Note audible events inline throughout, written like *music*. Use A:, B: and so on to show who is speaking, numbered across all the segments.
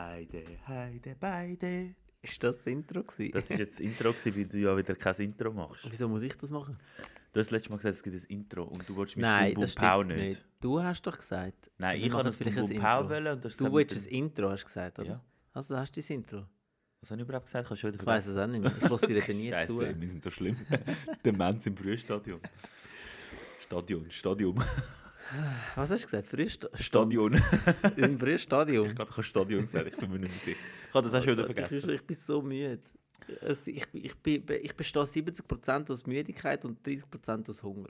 A: Heide, Heide, beide.
B: Ist das das Intro gewesen?
A: Das war jetzt das Intro, gewesen, weil du ja wieder kein Intro machst.
B: Wieso muss ich das machen?
A: Du hast letztes Mal gesagt, es gibt ein Intro und du wolltest mein
B: Nein,
A: Boom
B: das
A: Boom Pow
B: stimmt
A: nicht.
B: nicht. Du hast doch gesagt.
A: Nein,
B: wir
A: ich habe
B: machen
A: das Boom Boom Pow wollen und das ist
B: Du
A: zusammen
B: wolltest
A: mit
B: ein Intro, hast du gesagt, oder?
A: Ja.
B: Also da hast du dein Intro.
A: dem- Was habe ich überhaupt gesagt? Kannst du schon wieder
B: Ich weiss es auch nicht mehr. Ich lasse dir eben nie zu.
A: Scheiße, wir sind so schlimm. *laughs* Demenz im Frühstadion. Stadion, Stadion,
B: Was hast du gesagt? Frühst
A: Stadion. Ich
B: *laughs* Im Frühstadion?
A: glaube, ich habe Stadion gesagt, ich bin mir nicht mehr sicher. Ich habe das auch schon wieder
B: Ich,
A: vergessen.
B: ich bin so müde. Es, ich, ich, bin- ich bestehe 70% aus Müdigkeit und 30% aus Hunger.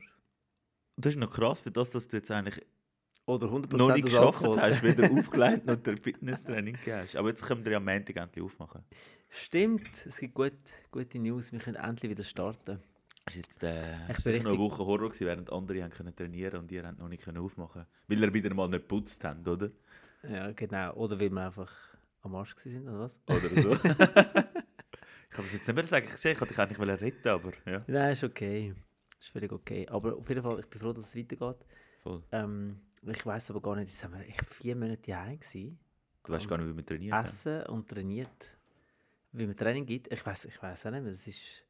A: Das ist noch krass für das, dass du jetzt eigentlich
B: Oder 100%
A: noch nicht
B: aus
A: geschafft
B: Alkohol.
A: hast, weder aufgelegt noch der Fitnesstraining gegeben hast. Aber jetzt können wir ja am Montag endlich aufmachen.
B: Stimmt, es gibt gut, gute News. Wir können endlich wieder starten.
A: Ist jetzt, äh,
B: Ich
A: ist
B: bin
A: sicher noch eine
B: richtig-
A: Woche Horror gewesen, während andere haben können trainieren und ihr habt noch nicht können aufmachen Weil ihr wieder mal nicht geputzt habt, oder?
B: Ja, genau. Oder weil wir einfach am Arsch gewesen sind, oder was?
A: Oder so. ich kann das jetzt nicht mehr sagen. Ich sehe, ich wollte dich eigentlich wollen retten, aber ja.
B: Nein, ist okay. Ist völlig okay. Aber auf jeden Fall, ich bin froh, dass es weitergeht.
A: Voll.
B: Ähm, ich weiß aber gar nicht, jetzt sind wir echt vier Monate daheim gewesen.
A: Du weißt gar nicht, wie wir trainieren. haben.
B: Essen und trainiert. Wie man Training gibt, ich weiß ich weiß auch nicht mehr. Das ist,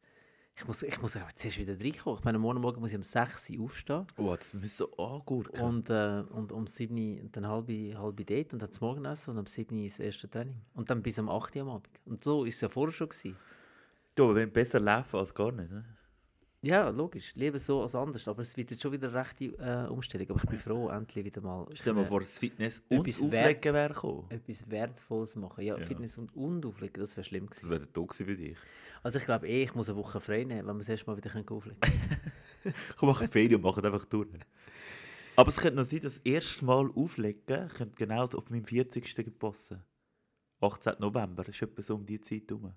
B: ich muss, ich muss einfach zuerst wieder reinkommen. Ich meine, morgen Morgen muss ich um 6 Uhr aufstehen
A: Oh, das müssen so angurken.
B: und, äh, und um 7 Uhr und dann halbe, halbe Date und dann zum Morgenessen und um 7 Uhr das erste Training. Und dann bis um 8 Uhr am Abend. Und so ist es ja vorher schon gewesen.
A: Du, aber wenn besser laufen als gar nicht. Ne?
B: Ja, logisch. Lieber so als anders. Aber es wird jetzt schon wieder eine rechte äh, Umstellung. Aber ich bin froh, endlich wieder mal
A: Stell dir mal
B: können
A: vor, das Fitness und das
B: etwas
A: Auflegen
B: wert.
A: wäre gekommen.
B: etwas Wertvolles machen. Ja,
A: Ja.
B: Fitness und, und Auflegen, das wäre schlimm gewesen.
A: Das wäre der Tag gewesen für dich.
B: Also ich glaube eh, ich muss eine Woche frei nehmen, wenn wir das erste Mal wieder können auflegen
A: Komm, mach eine Ferien und mach es einfach durch. Aber es könnte noch sein, dass das erste Mal auflegen könnte genau auf meinem 40. passen. 18. November, ist etwa so um die Zeit rum. Oder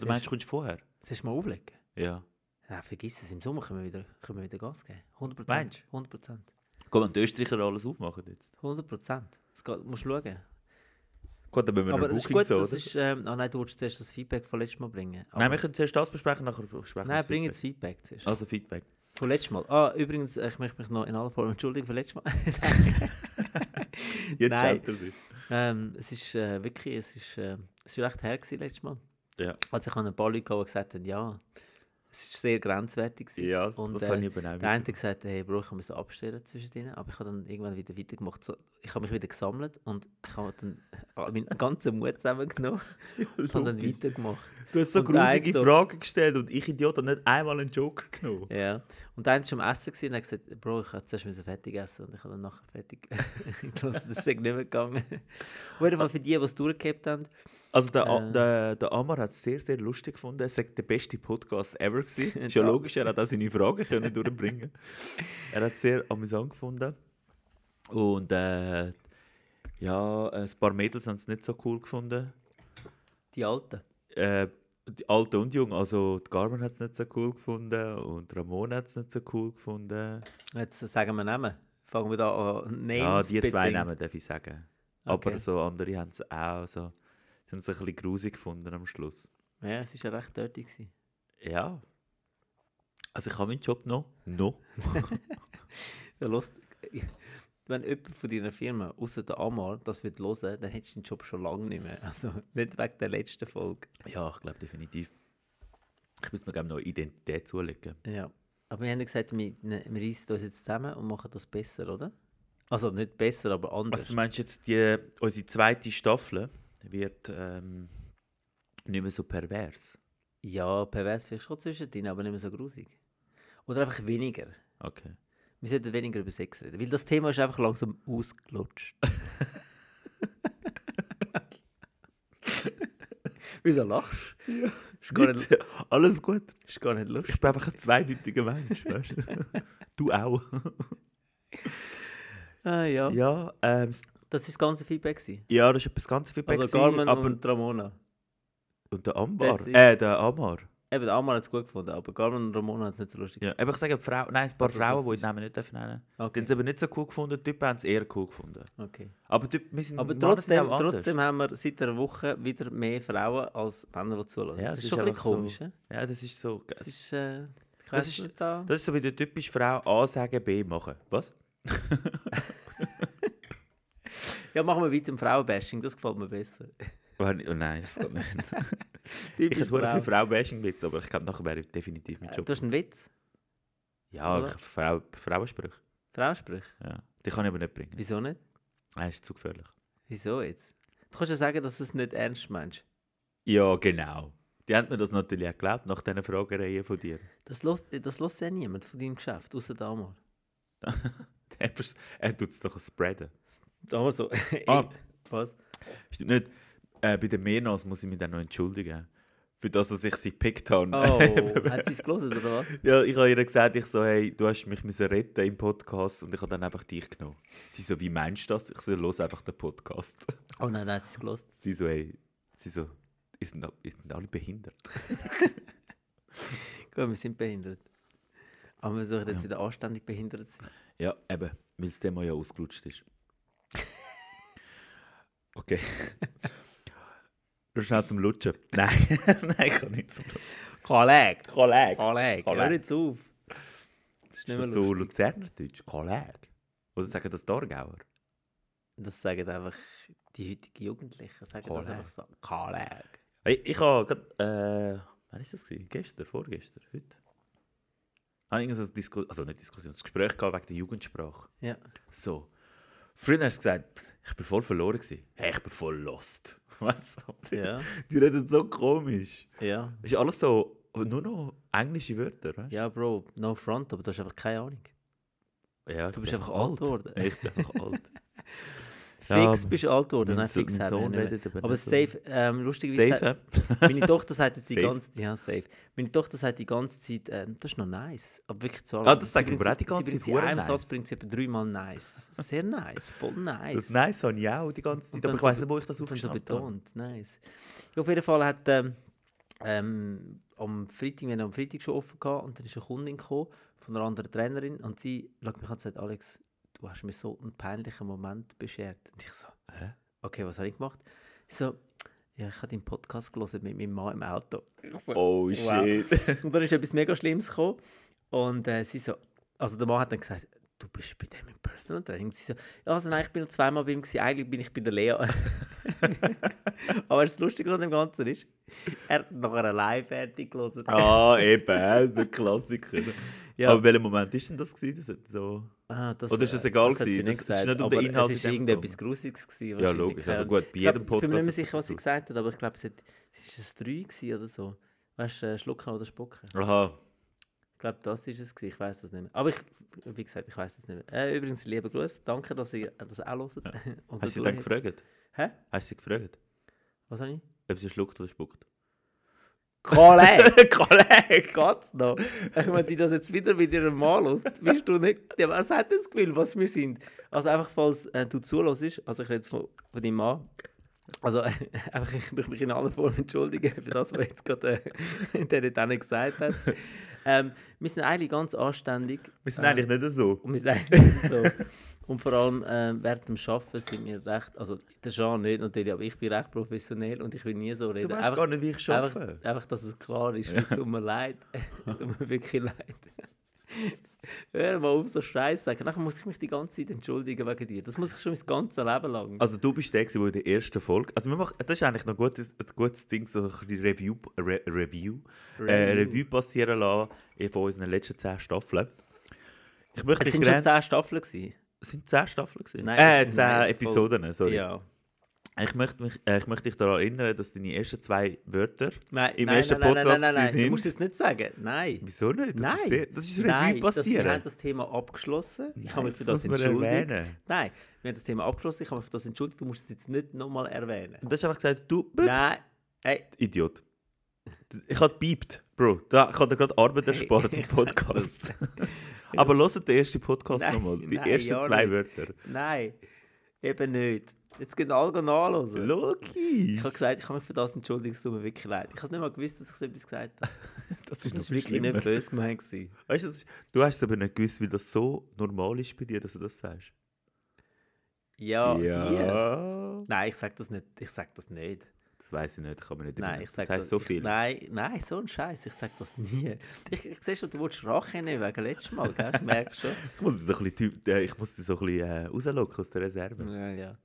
B: Das
A: meinst
B: ist-
A: du, kommst du vorher?
B: Das erste Mal auflegen?
A: Ja.
B: Ja, vergiss es, im Sommer können wir wieder, können wir wieder Gas geben. 100%.
A: Meinst
B: du? 100%.
A: Komm, wenn die Österreicher alles aufmachen jetzt.
B: 100%. Es geht, musst schauen.
A: Gut, dann müssen wir
B: Aber
A: noch
B: es ist
A: Booking
B: gut,
A: so,
B: das
A: oder?
B: ist... Ähm, ah nein, du wolltest zuerst das Feedback von letztem Mal bringen. Aber,
A: Nein, wir können zuerst das besprechen, nachher besprechen wir
B: nein,
A: das
B: bring jetzt
A: Feedback.
B: Feedback zuerst.
A: Also Feedback.
B: Von letztes Mal. Ah, übrigens, äh, ich möchte mich noch in aller Form entschuldigen für letztes Mal.
A: *laughs* Jetzt
B: Nein.
A: schaut er sich.
B: ähm, es ist äh, wirklich, es ist, äh, es ist recht her gewesen letztes Mal.
A: Ja,
B: Also ich habe ein paar Leute gehabt, die gesagt haben, ja, es ist sehr grenzwertig gewesen.
A: ja das,
B: Und,
A: das
B: äh,
A: habe ich eben auch
B: Der eine hat
A: mitbekommen.
B: gesagt, hey, Bro, ich muss abstellen zwischen denen, aber ich habe dann irgendwann wieder weitergemacht. So, ich habe mich wieder gesammelt und ich habe dann äh, *laughs* meinen ganzen Mut zusammengenommen und habe dann
A: Logisch.
B: weitergemacht.
A: Du hast so
B: und der
A: grusige
B: eine so-
A: Fragen gestellt und ich Idiot habe nicht einmal einen Joker genommen.
B: Ja. Und der eine war am Essen gewesen und hat gesagt, Bro, ich musste zuerst müssen fertig essen und ich habe dann nachher fertig *laughs* gelassen. Das ist nicht mehr gegangen. Auf jeden Fall für die, die es durchgehabt haben,
A: Also der, A-
B: Äh.
A: der, der Amar hat es sehr, sehr lustig gefunden. Er sagt, der beste Podcast ever gewesen. Ist ja
B: *laughs* Ja.
A: logisch, er hat auch seine Fragen können durchbringen.
B: *laughs*
A: Er hat es sehr amüsant gefunden. Und äh, ja, ein paar Mädels haben es nicht so cool gefunden.
B: die Alten.
A: Äh, die Alte und Jung, also die Carmen hat es nicht so cool gefunden und Ramon hat es nicht so cool gefunden.
B: Jetzt sagen wir Namen. Fangen wir da an. Names
A: Ja, die zwei
B: bitte.
A: Namen darf ich sagen. Aber
B: Okay.
A: so andere haben es auch so, sind es ein bisschen grusig gefunden am Schluss.
B: Ja, es war ja recht dirty. Gewesen.
A: Ja. Also ich habe meinen Job noch. Noch?
B: Ja, los, wenn jemand von deiner Firma, außer der Amar, das würde hören, dann hättest du den Job schon lange nicht mehr. Also nicht wegen der letzten Folge.
A: Ja, ich glaube definitiv. Ich muss mir gerne noch eine Identität zulegen.
B: Ja. Aber wir haben ja gesagt, wir, ne, wir reissen uns jetzt zusammen und machen das besser, oder? Also nicht besser, aber anders.
A: Also du meinst jetzt, die, unsere zweite Staffel wird ähm, nicht mehr so pervers?
B: ja, pervers vielleicht schon zwischendrin, aber nicht mehr so grusig. Oder einfach weniger.
A: Okay.
B: Wir sollten weniger über Sex reden, weil das Thema ist einfach langsam ausgelutscht. *laughs* Wieso lachst du? Ist gar nicht,
A: Gut, *laughs* alles gut.
B: ist gar nicht lustig.
A: Ich bin einfach ein zweideutiger Mensch, weißt du? *laughs* du auch.
B: Ah, ja.
A: Ja, ähm, s-
B: Das war das ganze Feedback. Gewesen.
A: ja, das ist etwas ganz Feedback.
B: Also
A: gewesen,
B: Carmen
A: aber,
B: und Ramona.
A: und der Ambar.
B: That's it.
A: Äh, der Amar.
B: Eben, der Amar hat es gut gefunden, aber Carmen und Ramona hat es nicht so lustig
A: Ja, aber ich sage, die Frau, nein, ein paar
B: Also das
A: Frauen, die ich
B: ist-
A: den Namen nicht dürfen nennen
B: gefunden.
A: Die haben
B: Okay.
A: es aber nicht so cool gefunden, die Typen haben es eher cool gefunden.
B: okay.
A: Aber, die, wir sind,
B: Aber
A: Männer sind
B: trotzdem,
A: auch anders.
B: trotzdem haben wir seit einer Woche wieder mehr Frauen als Männer, die zulassen.
A: Ja,
B: das,
A: es
B: ist
A: ist
B: schon ein bisschen
A: einfach so.
B: komisch. hä?
A: Ja, das ist so.
B: Das
A: Das
B: ist, äh, ich
A: Das
B: weiss
A: ist-
B: nicht, da.
A: ist so wie die typische Frau A sagen, B machen. Was?
B: Ja, machen wir weiter im Frauenbashing, das gefällt mir besser.
A: Habe ich- Oh nein, das *laughs* geht nicht. ich
B: Typisch
A: hätte hure
B: Frau.
A: viel Frau-Bashing-Witz, aber ich glaube, nachher wäre ich definitiv mein
B: Äh,
A: Job.
B: Du hast einen Witz?
A: ja,
B: oder?
A: ich, Frau, Frauensprüche.
B: Frauensprüche?
A: Ja. Die kann ich aber nicht bringen.
B: Wieso nicht?
A: Nein, ist zu gefährlich.
B: Wieso jetzt? Du kannst ja sagen, dass du es nicht ernst meinst.
A: Ja, genau. Die haben mir das natürlich auch geglaubt, nach diesen Fragereien von dir. *laughs*
B: Das lässt das lässt ja niemand von deinem Geschäft, außer damals.
A: Er, vers- er tut es doch spreaden.
B: Damals so. *laughs*
A: Ah.
B: Was?
A: Stimmt nicht. Äh, bei den Mehrnals muss ich mich dann noch entschuldigen. Für das, dass ich sie gepickt habe. *laughs*
B: Oh, *laughs* hat sie es gelesen oder was?
A: ja, ich habe ihr gesagt, ich so, hey, du hast mich müssen retten im Podcast und ich habe dann einfach dich genommen. Sie so, wie meinst du das? Ich so, los einfach den Podcast. *laughs*
B: Oh nein, nein, hat sie es gelesen.
A: Sie so, hey, sie so, ihr sind, ihr sind alle behindert.
B: Gut, wir sind behindert. Aber wir suchen jetzt wieder anständig behindert zu sein.
A: Ja, eben, weil das Thema ja ausgelutscht ist. Okay. *laughs* Nur schnell zum Lutschen. *laughs* Nein, nein, ich kann nicht zum Lutschen.
B: Kollege!
A: Kollege.
B: Kollege! Hör
A: Kollege.
B: jetzt auf! Das ist
A: Ist
B: nicht mehr
A: das so
B: lustig.
A: Luzernerdeutsch? Kollege. Oder sagen das Torgauer?
B: Das sagen einfach die heutigen Jugendlichen. Sagen das
A: Kollege.
B: einfach so. Kollege!
A: Hey, ich habe gerade, äh, wann ist das gewesen? Gestern, vorgestern, heute? Habe ich irgend so eine Disku also nicht Diskussion, das Gespräch gehabt wegen der Jugendsprache.
B: Ja.
A: So. Früher hast du gesagt, pff, ich bin voll verloren gewesen. Hey, ich bin voll lost. *laughs* Was?
B: Ja.
A: Die reden so komisch.
B: Ja.
A: Ist alles so, nur noch englische Wörter, weißt
B: Ja, Bro, no front, aber du hast einfach keine Ahnung.
A: ja
B: du bist einfach alt geworden.
A: Ich bin
B: *laughs*
A: einfach alt. Ja,
B: Fix bist du alt geworden,
A: mein
B: nein,
A: So-
B: fix
A: mein
B: haben wir
A: Sohn
B: nicht mehr.
A: redet aber
B: Aber
A: nicht so.
B: safe, ähm, lustigerweise,
A: Safe,
B: sa- meine Tochter sagt jetzt
A: *laughs*
B: die
A: Safe.
B: ganze Zeit, ja, safe. Meine Tochter sagt die ganze Zeit, ähm, das ist noch nice, aber wirklich zu allem.
A: Ah, das
B: Sie
A: sagen
B: bringt
A: wir auch die
B: sie-
A: ganze
B: sie bringt
A: Zeit,
B: sie In
A: «Hure
B: einem
A: nice».
B: Satz bringt sie etwa dreimal nice. Sehr nice, voll nice.
A: Das Nice habe ich auch die ganze Zeit,
B: dann
A: aber ich
B: so
A: weiss
B: be-
A: nicht, wo ich das
B: Dann so
A: aufgeschnappt habe.
B: betont, nice. Ja, auf jeden Fall hat ähm, ähm, am Freitag, wir haben am Freitag schon offen gehabt und dann ist eine Kundin gekommen von einer anderen Trainerin und sie schaut mich an und sagt, Alex, du hast mir so einen peinlichen Moment beschert. Und ich so,
A: Hä?
B: okay, was habe ich gemacht? Ich so, ja, ich habe deinen Podcast gelesen mit meinem Mann im Auto. Ich so,
A: Oh
B: Wow.
A: shit.
B: und dann ist etwas mega Schlimmes gekommen. Und äh, sie so, also der Mann hat dann gesagt, du bist bei dem im Personal Training. Und sie so, ja, also nein, ich bin nur zweimal bei ihm gewesen. Eigentlich bin ich bei
A: *laughs*
B: der Lea. Aber das Lustige an dem Ganzen ist, er hat nachher allein fertig gelesen.
A: Ah, eben, *laughs* äh, der Klassiker.
B: Ja.
A: Aber welcher Moment ist denn das gewesen? Das hat so...
B: Ah, das,
A: Oder ist es
B: äh,
A: egal
B: hat sie
A: gewesen?
B: nicht
A: Das- es ist
B: gesagt,
A: nicht um
B: aber
A: den Inhalt in
B: Es war
A: dem
B: irgendetwas
A: gegangen.
B: Grusiges. Gewesen,
A: Ja,
B: wahrscheinlich,
A: logisch.
B: keine
A: Also
B: Ahnung.
A: gut, bei
B: Ich glaub,
A: jedem
B: Ich bin mir
A: Podcast
B: nicht
A: ist
B: mehr sicher, was
A: das
B: sie
A: so.
B: gesagt hat, aber ich glaube, es hat- es ist ein 3 gewesen oder so. Weißt du, äh, schlucken oder spucken?
A: Aha.
B: Ich glaube, das ist es. Gewesen. Ich weiß das nicht mehr. Aber ich, wie gesagt, ich weiß es nicht mehr. Äh, übrigens, lieber Gruß. Danke, dass ihr das auch hört. *laughs* Und
A: Hast du sie
B: dadurch-
A: dann gefragt?
B: Hä?
A: Hast du sie gefragt? *laughs*
B: Was habe ich?
A: Ob sie schluckt oder spuckt?
B: Kollege!
A: Kollege!
B: Geht's noch? Ich meine, sie das jetzt wieder mit ihrem Mann hört, bist du nicht... Ja, was hat denn das Gefühl, was wir sind? Also einfach, falls äh, du zulässt, also ich rede jetzt von, von deinem Mann, also *laughs* äh, einfach, ich möchte mich in aller Form entschuldigen für das, was jetzt gerade äh, *laughs* der dort hinten gesagt hat. Ähm, wir sind eigentlich ganz anständig.
A: Wir sind eigentlich nicht so.
B: Und wir sagen so.
A: *laughs*
B: Und vor allem äh, während dem Arbeiten sind wir recht, also der Jean nicht natürlich, aber ich bin recht professionell und ich will nie so reden.
A: Du weißt gar nicht, wie ich arbeite.
B: Einfach, einfach, dass es klar ist. Es tut
A: *laughs*
B: mir leid. Es tut mir wirklich leid. *laughs* Hör mal auf, so Scheiß sagen. Nachher muss ich mich die ganze Zeit entschuldigen wegen dir. Das muss ich schon mein ganzes Leben lang.
A: Also du bist der, gewesen, der in der ersten Folge... Also wir machen, das ist eigentlich noch ein gutes, ein gutes Ding, so ein bisschen Review, Re, Review, Äh,
B: Review.
A: Review passieren lassen von unseren letzten 10 Staffeln. Ich möchte
B: es
A: dich
B: sind schon
A: gerne...
B: zehn Staffeln gewesen.
A: sind 10 Staffeln gewesen?
B: Nein,
A: äh,
B: es-
A: 10
B: nein,
A: Episoden, sorry.
B: Ja.
A: Ich, möchte mich, äh, ich möchte dich daran erinnern, dass deine ersten zwei Wörter...
B: Nein,
A: Im
B: nein,
A: ersten
B: nein, nein, nein,
A: Podcast
B: nein, nein,
A: sind-
B: Du musst es nicht sagen. Nein.
A: Wieso nicht? Das
B: Nein,
A: ist, sehr, das ist Revue
B: Nein, das,
A: passieren.
B: wir haben das Thema abgeschlossen. Ich habe
A: Nein,
B: mich für
A: das
B: das
A: muss man
B: entschuldigt.
A: erwähnen.
B: Nein, wir haben das Thema abgeschlossen. Ich habe mich für das entschuldigt. Du musst es jetzt nicht nochmal erwähnen.
A: Und das ist einfach gesagt, du bist
B: Nein, ey,
A: Idiot. Ich habe biebt, Bro. Da, ich habe dir gerade Arbeit
B: Hey,
A: erspart im
B: *laughs* ich sag
A: Podcast. *laughs* Aber hört den ersten Podcast
B: Nein,
A: nochmal. Die
B: nein,
A: ersten
B: ja
A: zwei
B: nicht.
A: Wörter.
B: nein, eben nicht. Jetzt gehen alle nachhören.
A: Logisch.
B: Ich habe gesagt, ich habe mich für das entschuldigt. Es tut mir wirklich leid. Ich habe es nicht mal gewusst, dass ich so etwas gesagt habe.
A: das
B: Das
A: ist,
B: war
A: noch
B: wirklich
A: schlimmer.
B: nicht böse gemeint. gewesen.
A: Weißt du, das ist, du hast es aber nicht gewusst, weil das so normal ist bei dir, dass du das sagst.
B: Ja, die.
A: Ja.
B: Nein, ich sage das nicht. Ich sage das nicht.
A: Das weiß ich nicht, kann man nicht
B: Nein,
A: erinnern.
B: ich sage
A: Das heißt so viel.
B: Nein, nein, so ein Scheiß. Ich sage das nie. Ich, ich sehe schon, du willst Rache nehmen wegen letztes Mal. Gell? Ich merke schon.
A: Ich muss dich so ein bisschen, typ- äh, ich muss dich so ein bisschen äh, rauslocken aus der Reserve.
B: Ja, ja.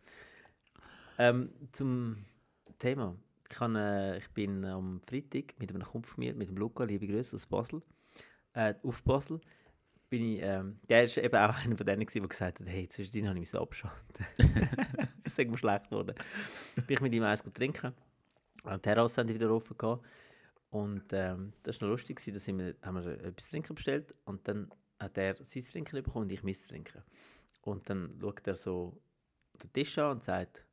B: Ähm, zum Thema. Ich, han, äh, ich bin am Freitag mit einem Kumpel von mir, mit dem Luca, liebe Grüße aus Basel, äh, auf Basel. Bin ich, ähm, der ist eben auch *laughs* einer von denen, gewesen, der gesagt hat, hey, zwischendrin habe ich mich *laughs* abschalten. Es ist mir schlecht geworden. Bin ich mit ihm eins trinken. An der Terrasse haben die wieder offen gehabt. Und ähm, das war noch lustig, gewesen, da sind wir, haben wir etwas zu trinken bestellt und dann hat er sein Trinken bekommen und ich mein Trinken. Und dann schaut er so den Tisch an und sagt,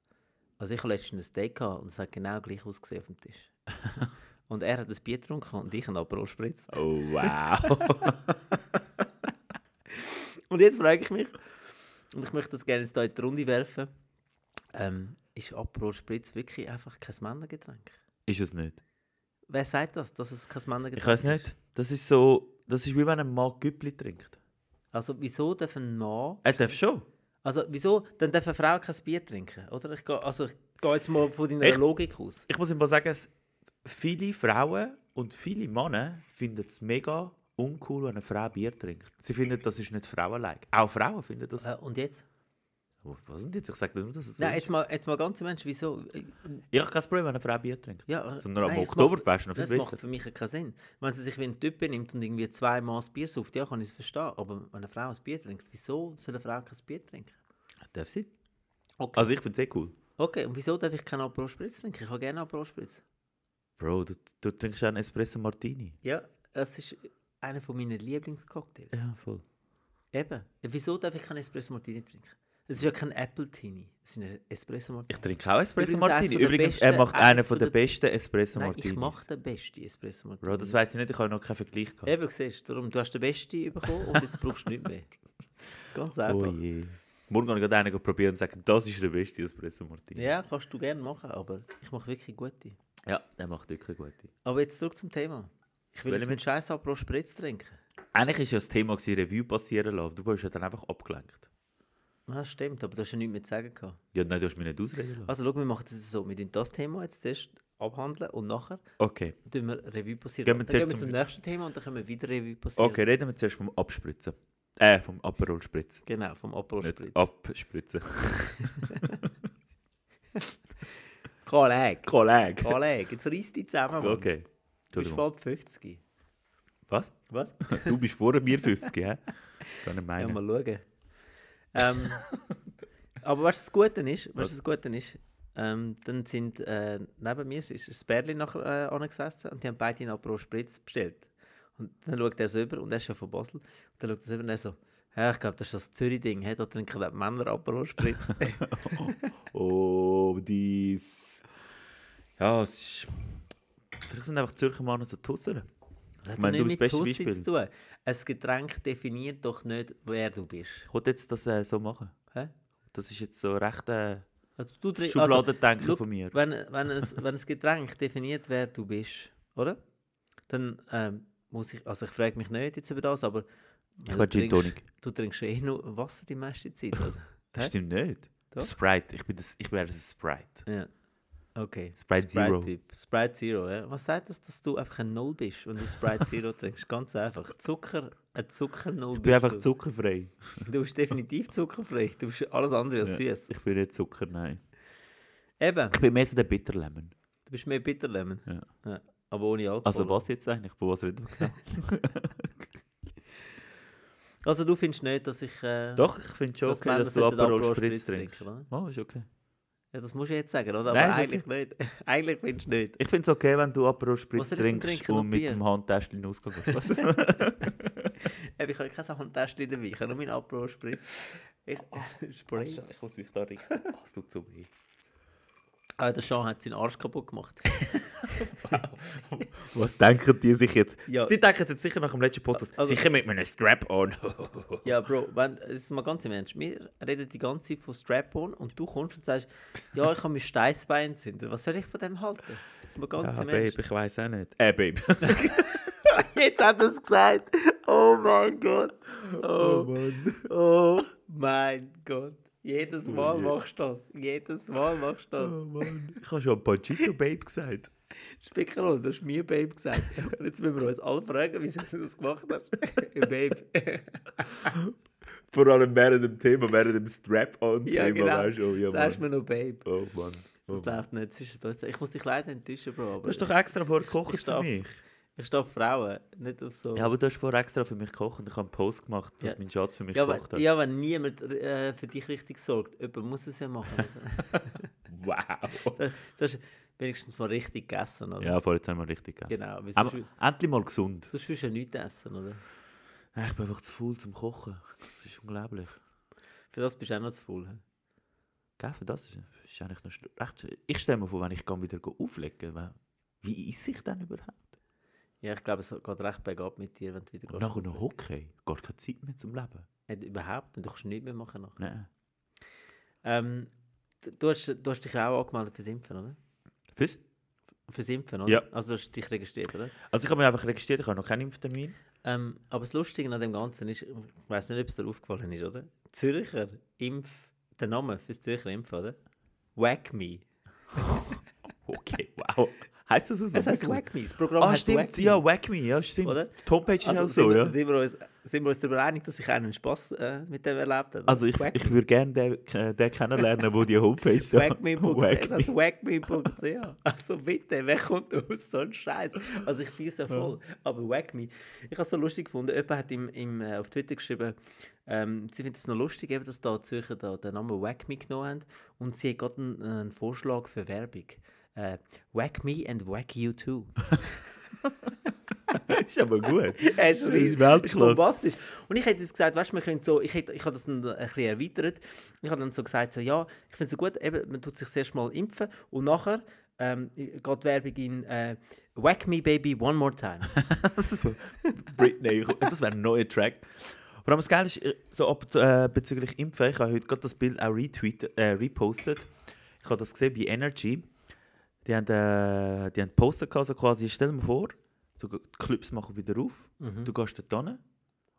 B: also ich habe letztens ein Steak gehabt und es hat genau gleich ausgesehen auf
A: *laughs*
B: dem Tisch. und er hat ein Bier getrunken und ich einen Aperol Spritz.
A: Oh, *laughs* wow.
B: Und jetzt frage ich mich, und ich möchte das gerne jetzt hier in die Runde werfen, ähm, ist Aperol Spritz wirklich einfach kein Männergetränk?
A: ist es nicht?
B: Wer sagt das, dass es kein Männergetränk
A: Ich weiß
B: ist?
A: nicht. Das ist so, das ist wie wenn ein Mann Güppli trinkt.
B: Also wieso darf ein Mann...
A: Er darf schon.
B: Also wieso, dann darf eine Frau kein Bier trinken, oder? Ich gehe, also ich gehe jetzt mal von deiner
A: Ich-
B: Logik aus.
A: Ich muss ihm mal sagen, es- viele Frauen und viele Männer finden es mega uncool, wenn eine Frau Bier trinkt. Sie finden, das ist nicht frauenlike. Auch Frauen finden das.
B: Äh, und jetzt?
A: Was sind jetzt? Ich sage nur, dass es so
B: Nein,
A: ist.
B: jetzt mal, jetzt mal ganz im Ernst, wieso?
A: Ich habe kein Problem, wenn eine Frau Bier trinkt.
B: Ja, äh,
A: Sondern am
B: nein, es
A: Oktoberfest noch
B: macht,
A: viel
B: Das
A: besser.
B: macht für mich ja keinen Sinn. Wenn sie sich wie ein Typ nimmt und irgendwie zwei Maß Bier sauft, ja, kann ich es verstehen. Aber wenn eine Frau ein Bier trinkt, wieso soll eine Frau kein Bier trinken?
A: Darf sie?
B: Okay.
A: Also ich finde es eh cool.
B: okay, und wieso darf ich keinen Aperol Spritz trinken? Ich habe gerne Aperol Spritz.
A: Bro, du, du trinkst ja einen Espresso Martini.
B: Ja, das ist einer von meinen Lieblingscocktails.
A: Ja, voll.
B: Eben. Ja, Wieso darf ich keinen Espresso Martini trinken? Es ist ja kein Apple Tini, es ist ein Espresso Martini.
A: Ich trinke auch Espresso
B: Übrigens eins
A: Martini.
B: von der
A: Übrigens,
B: besten-
A: er macht
B: eins
A: einen
B: von
A: von der
B: der-
A: besten Espresso
B: Nein,
A: Martinis.
B: ich mache den besten Espresso Martini.
A: Bro, das weiß ich nicht, ich habe noch keinen Vergleich gehabt.
B: Eben, siehst du, darum, du hast den besten bekommen und jetzt brauchst du
A: *laughs*
B: nicht mehr. Ganz einfach.
A: Oh je. Morgen kann ich gerade einen probieren und sagen, das ist der beste Espresso Martini.
B: Ja, kannst du gerne machen, aber ich mache wirklich gute.
A: Ja, der macht wirklich gute.
B: Aber jetzt zurück zum Thema. Ich will
A: Welche
B: jetzt mit Scheiß Aperol Spritz trinken.
A: Eigentlich war ja das Thema gewesen, Revue passieren lassen. Du bist ja dann einfach abgelenkt.
B: Ja, das Ah, stimmt, aber du hast ja nichts mehr zu sagen gehabt.
A: Ja, nein, du hast mich nicht ausreden lassen.
B: Also schau, wir machen das jetzt so. Wir tun das Thema jetzt zuerst abhandeln und nachher
A: Okay.
B: tun wir Revue passieren.
A: Gehen wir
B: Dann
A: zuerst
B: gehen wir
A: zum-
B: zum nächsten Thema und dann können wir wieder Revue passieren.
A: Okay, reden wir zuerst vom Abspritzen. Äh, vom Aperol Spritz.
B: Genau, vom Aperol Spritz.
A: Nicht abspritzen. *laughs*
B: Kollege,
A: Kollege.
B: Kollege, jetzt reiss dich zusammen, Mann.
A: Okay.
B: Du bist
A: Entschuldigung.
B: bald 50.
A: Was? *laughs*
B: Was?
A: Du bist vor mir 50,
B: *laughs*
A: hä? Kann ich
B: Ja,
A: meinen.
B: mal schauen.
A: *laughs*
B: Ähm, aber weißt du, das Gute ist, weißt, du, das Gute ist ähm, dann sind äh, neben mir ist ein Bärli nachher äh, angesessen und die haben beide einen Aperol Spritz bestellt. Und dann schaut er so über, und er ist ja von Basel, und dann schaut er so über und er so, ja, ich glaube, das ist das Zürich-Ding, hey, da trinken die Männer
A: *laughs*
B: Aperol Spritz.
A: oh, dies. Ja, es ist... Vielleicht sind einfach die Zürcher Männer so Tussen.
B: Das hat
A: meine,
B: doch
A: du
B: nicht
A: bist das
B: mit
A: beste
B: Tussi zu tun. Ein Getränk definiert doch nicht, wer du bist.
A: Ich wollte jetzt das äh, so machen.
B: Hä?
A: Das ist jetzt so recht äh,
B: Also, du trink-
A: Schubladendenken
B: Look,
A: von mir.
B: Wenn, wenn, es, wenn es Getränk definiert, wer du bist, oder? Dann ähm, muss ich, also ich frage mich nicht jetzt über das, aber
A: Ich
B: du
A: will Gin
B: trinkst-
A: Tonic.
B: Du trinkst eh nur Wasser die meiste Zeit, also.
A: Das
B: Hä?
A: stimmt nicht.
B: Doch.
A: Sprite. Ich, bin das, ich wäre ein Sprite.
B: ja. Okay.
A: *laughs* Sprite Zero.
B: Typ. Sprite Zero, ja. Was sagt das, dass du einfach ein Null bist, wenn du Sprite Zero trinkst? Ganz einfach. Zucker, ein Zucker-Null
A: Ich bin einfach
B: du.
A: zuckerfrei.
B: Du bist definitiv zuckerfrei. Du bist alles andere als
A: Ja,
B: süß.
A: Ich bin nicht Zucker, nein.
B: Eben,
A: Ich bin mehr so der Bitterlemon.
B: du bist mehr Bitterlemon.
A: Ja.
B: Aber ohne Alkohol.
A: Also was jetzt eigentlich? Von was reden wir genau?
B: Also du findest nicht, dass ich... Äh,
A: Doch, ich finde schon
B: Dass
A: okay,
B: Männer
A: dass du
B: sollten
A: Aperol
B: Aperol
A: Spritz
B: Spritz
A: trinkst.
B: trinken,
A: Oh, ist okay.
B: Ja, das musst du jetzt sagen, oder? Aber
A: Nein, ist
B: eigentlich nicht. *laughs* eigentlich findest du nicht.
A: Ich finde es okay, wenn du Aperol Spritz
B: Was soll ich denn
A: trinkst
B: trinken?
A: und
B: Noch
A: mit
B: Bier?
A: dem Handtäschchen in den Ausgang *laughs* gehst. Was?
B: Eben, ich habe keine Handtasche dabei, ich habe nur meinen Aperol Spritz.
A: *laughs*
B: Ich,
A: Ah,
B: Spritz.
A: ich muss mich da richten. *laughs* Hast du zu mir?
B: Ah, der Sean hat seinen Arsch kaputt gemacht.
A: Was denken die sich jetzt?
B: Ja.
A: Die denken jetzt sicher nach dem letzten Podcast.
B: Also-
A: sicher mit einem *laughs* Strap-on. Ah,
B: ja, Bro, wenn, es ist mal ganz im Ernst. Wir reden die ganze Zeit von Strap-On und du kommst und sagst, ja, ich habe mein Steißbein entzündet. Was soll ich von dem halten? Jetzt mal ganz
A: ja,
B: im
A: Babe,
B: Ernst. *laughs*
A: ich weiß auch nicht. Äh, *laughs* Babe.
B: Jetzt hat er es gesagt. Oh mein Gott. Oh,
A: Mann.
B: oh mein Gott. Jedes
A: Oh
B: Mal machst du das. Jedes Mal machst du das.
A: Mann. Ich habe schon Pachito Babe gesagt.
B: Spickerl, du hast mir Babe gesagt. Und jetzt müssen wir uns alle fragen, wieso du das gemacht hast.
A: *laughs*
B: Babe.
A: Vor allem während dem Thema, während dem Strap-on-Thema.
B: ja, genau.
A: weißt du? Oh, ja,
B: Sagst
A: Mann.
B: mir noch Babe.
A: Oh, Mann. Oh.
B: Das läuft nicht zwischen uns. Ich muss dich leider enttäuschen, Bro.
A: Du
B: Aber
A: hast doch extra vorher gekocht
B: Ich darf-
A: für mich.
B: ich stehe auf Frauen, nicht auf so.
A: Ja, aber du hast vorher extra für mich gekocht und ich habe einen Post gemacht, dass
B: Ja.
A: mein Schatz für mich
B: ja,
A: gekocht
B: wenn,
A: hat.
B: ja, wenn niemand äh, für dich richtig sorgt, jemand muss es ja
A: *laughs*
B: machen.
A: Wow!
B: du hast wenigstens mal richtig gegessen, oder?
A: Ja, vorher haben wir richtig gegessen.
B: Genau. weil
A: Aber
B: Sonst, wü-
A: endlich mal gesund.
B: sonst willst du ja nichts essen, oder?
A: Ich bin einfach zu faul zum Kochen. Das ist unglaublich.
B: Für das bist du auch noch zu faul. hä?
A: Gell, für das ist ist eigentlich noch st- recht... Ich stelle mir vor, wenn ich gehe wieder go auflegen weil- wie esse ich denn überhaupt?
B: Ja, ich glaube, es geht recht bergab mit dir, wenn du wieder
A: Und nachher noch Hockey. Gar keine Zeit mehr zum Leben.
B: Äh, Überhaupt nicht, du kannst nichts mehr machen nachher.
A: Nein.
B: Ähm, du, du, hast, du hast dich auch angemeldet fürs Impfen, oder?
A: Fürs?
B: Fürs Impfen, oder?
A: Ja.
B: Also du hast dich registriert, oder?
A: Also ich habe mich einfach registriert, ich habe noch keinen Impftermin.
B: Ähm, aber das Lustige an dem Ganzen ist, ich weiß nicht, ob es dir aufgefallen ist, oder? Zürcher Impf, der Name fürs Zürcher Impfen, oder? Whack Me.
A: Okay, *laughs* wow. Heißt das so?
B: Es heißt Whack Me. Das Programm
A: Ah,
B: heißt
A: stimmt.
B: Whack Me.
A: Ja, Whack Me. Ja, stimmt.
B: Oder?
A: Die Homepage ist auch
B: Also,
A: so,
B: sind,
A: ja.
B: wir, sind, wir uns, sind wir uns darüber einig, dass ich einen Spass äh, mit dem erlebt habe?
A: Also ich,
B: Whack
A: ich
B: Me.
A: würde gerne den, äh, den kennenlernen, der die Homepage so... *laughs*
B: Wackme.ch.
A: Whack
B: Es
A: Me.
B: heißt Wackme.ch. Also bitte, wer kommt aus so ein Scheiß? Also ich fies ja voll, aber Wackme. Ich habe es so lustig gefunden. Jemand hat im, im, äh, auf Twitter geschrieben, ähm, sie finden es noch lustig, eben, dass da die Zürcher da den Namen Wackme genommen haben und sie hat gerade einen, einen Vorschlag für Werbung. Äh, Whack me and whack you too.
A: ist aber *laughs* gut.
B: *laughs* Er ist
A: Das
B: riesig.
A: ist Weltklasse.
B: bombastisch. Und ich hätte jetzt gesagt, weißt, du, wir können so, ich, hätte, ich habe das dann ein bisschen erweitert. Ich habe dann so gesagt, so, ja, ich finde es so gut, eben, man tut sich zuerst mal impfen und nachher ähm, geht die Werbung in äh, Whack Me Baby One More *laughs* Time.
A: *laughs* Britney. Das wäre ein neuer Track. Vor allem das Geile ist, so ab, äh, bezüglich Impfen, ich habe heute gerade das Bild auch retweet, äh, repostet. Ich habe das gesehen bei Energy. Die haben, äh, die haben gepostet, gehabt, so quasi, stell dir mal vor, du, die Clubs machen wieder auf, du gehst dort hin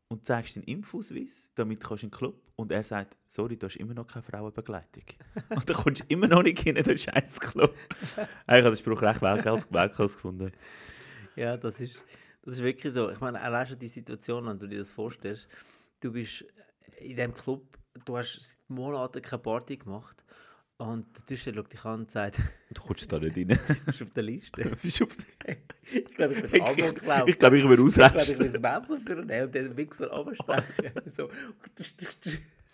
A: und zeigst deinen Impfausweis, damit kannst du in den Club. Und er sagt, sorry, du hast immer noch keine Frauenbegleitung. und dann kommst du immer noch nicht in den scheiß Club. ich habe den Spruch recht weltklasse weltklasse gefunden.
B: ja, das ist, das ist wirklich so. Ich meine, allein schon die Situation, wenn du dir das vorstellst, du bist in diesem Club, du hast seit Monaten keine Party gemacht und der Tischler schaut dich an und sagt, *laughs*
A: Und du kommst da nicht rein.
B: du bist auf der Liste. *laughs*
A: Bist auf der- *laughs*
B: Ich glaube, ich *laughs* bin
A: Ich,
B: Amok gelaufen.
A: ich, ich glaube, ich würde
B: Ich glaube, ich
A: ausrasten.
B: will das Messer für ihn und den
A: *laughs*
B: Wichser runterstechen. so.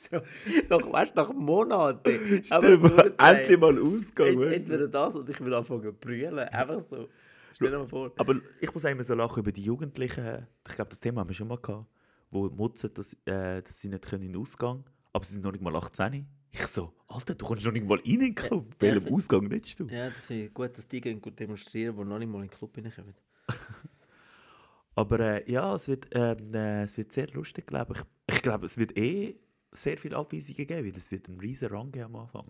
B: so. Nach, weißt, nach Monaten. Aber
A: Stimmt,
B: Urteil.
A: endlich mal ausgegangen.
B: Ent,
A: weißt du.
B: entweder das oder ich will anfangen zu brüllen. Einfach so. Stell dir mal vor.
A: Aber ich muss auch immer so lachen über die Jugendlichen. Ich glaube, das Thema haben wir schon mal gehabt, wo mutzen, dass, äh, dass sie nicht können in den Ausgang aber sie sind noch nicht mal 18. Ich so, Alter, du kommst noch nicht mal rein in den Club.
B: Ja, ja,
A: Welchem
B: ich-
A: Ausgang willst du?
B: Ja, das finde ich gut, dass die gehen gut demonstrieren, die noch nicht mal in den Club reinkommen.
A: Aber äh, ja, es wird, ähm, äh, es wird sehr lustig, glaube ich. Ich glaube, es wird eh sehr viele Abweisungen geben, weil es wird einen riesen Rang geben am Anfang.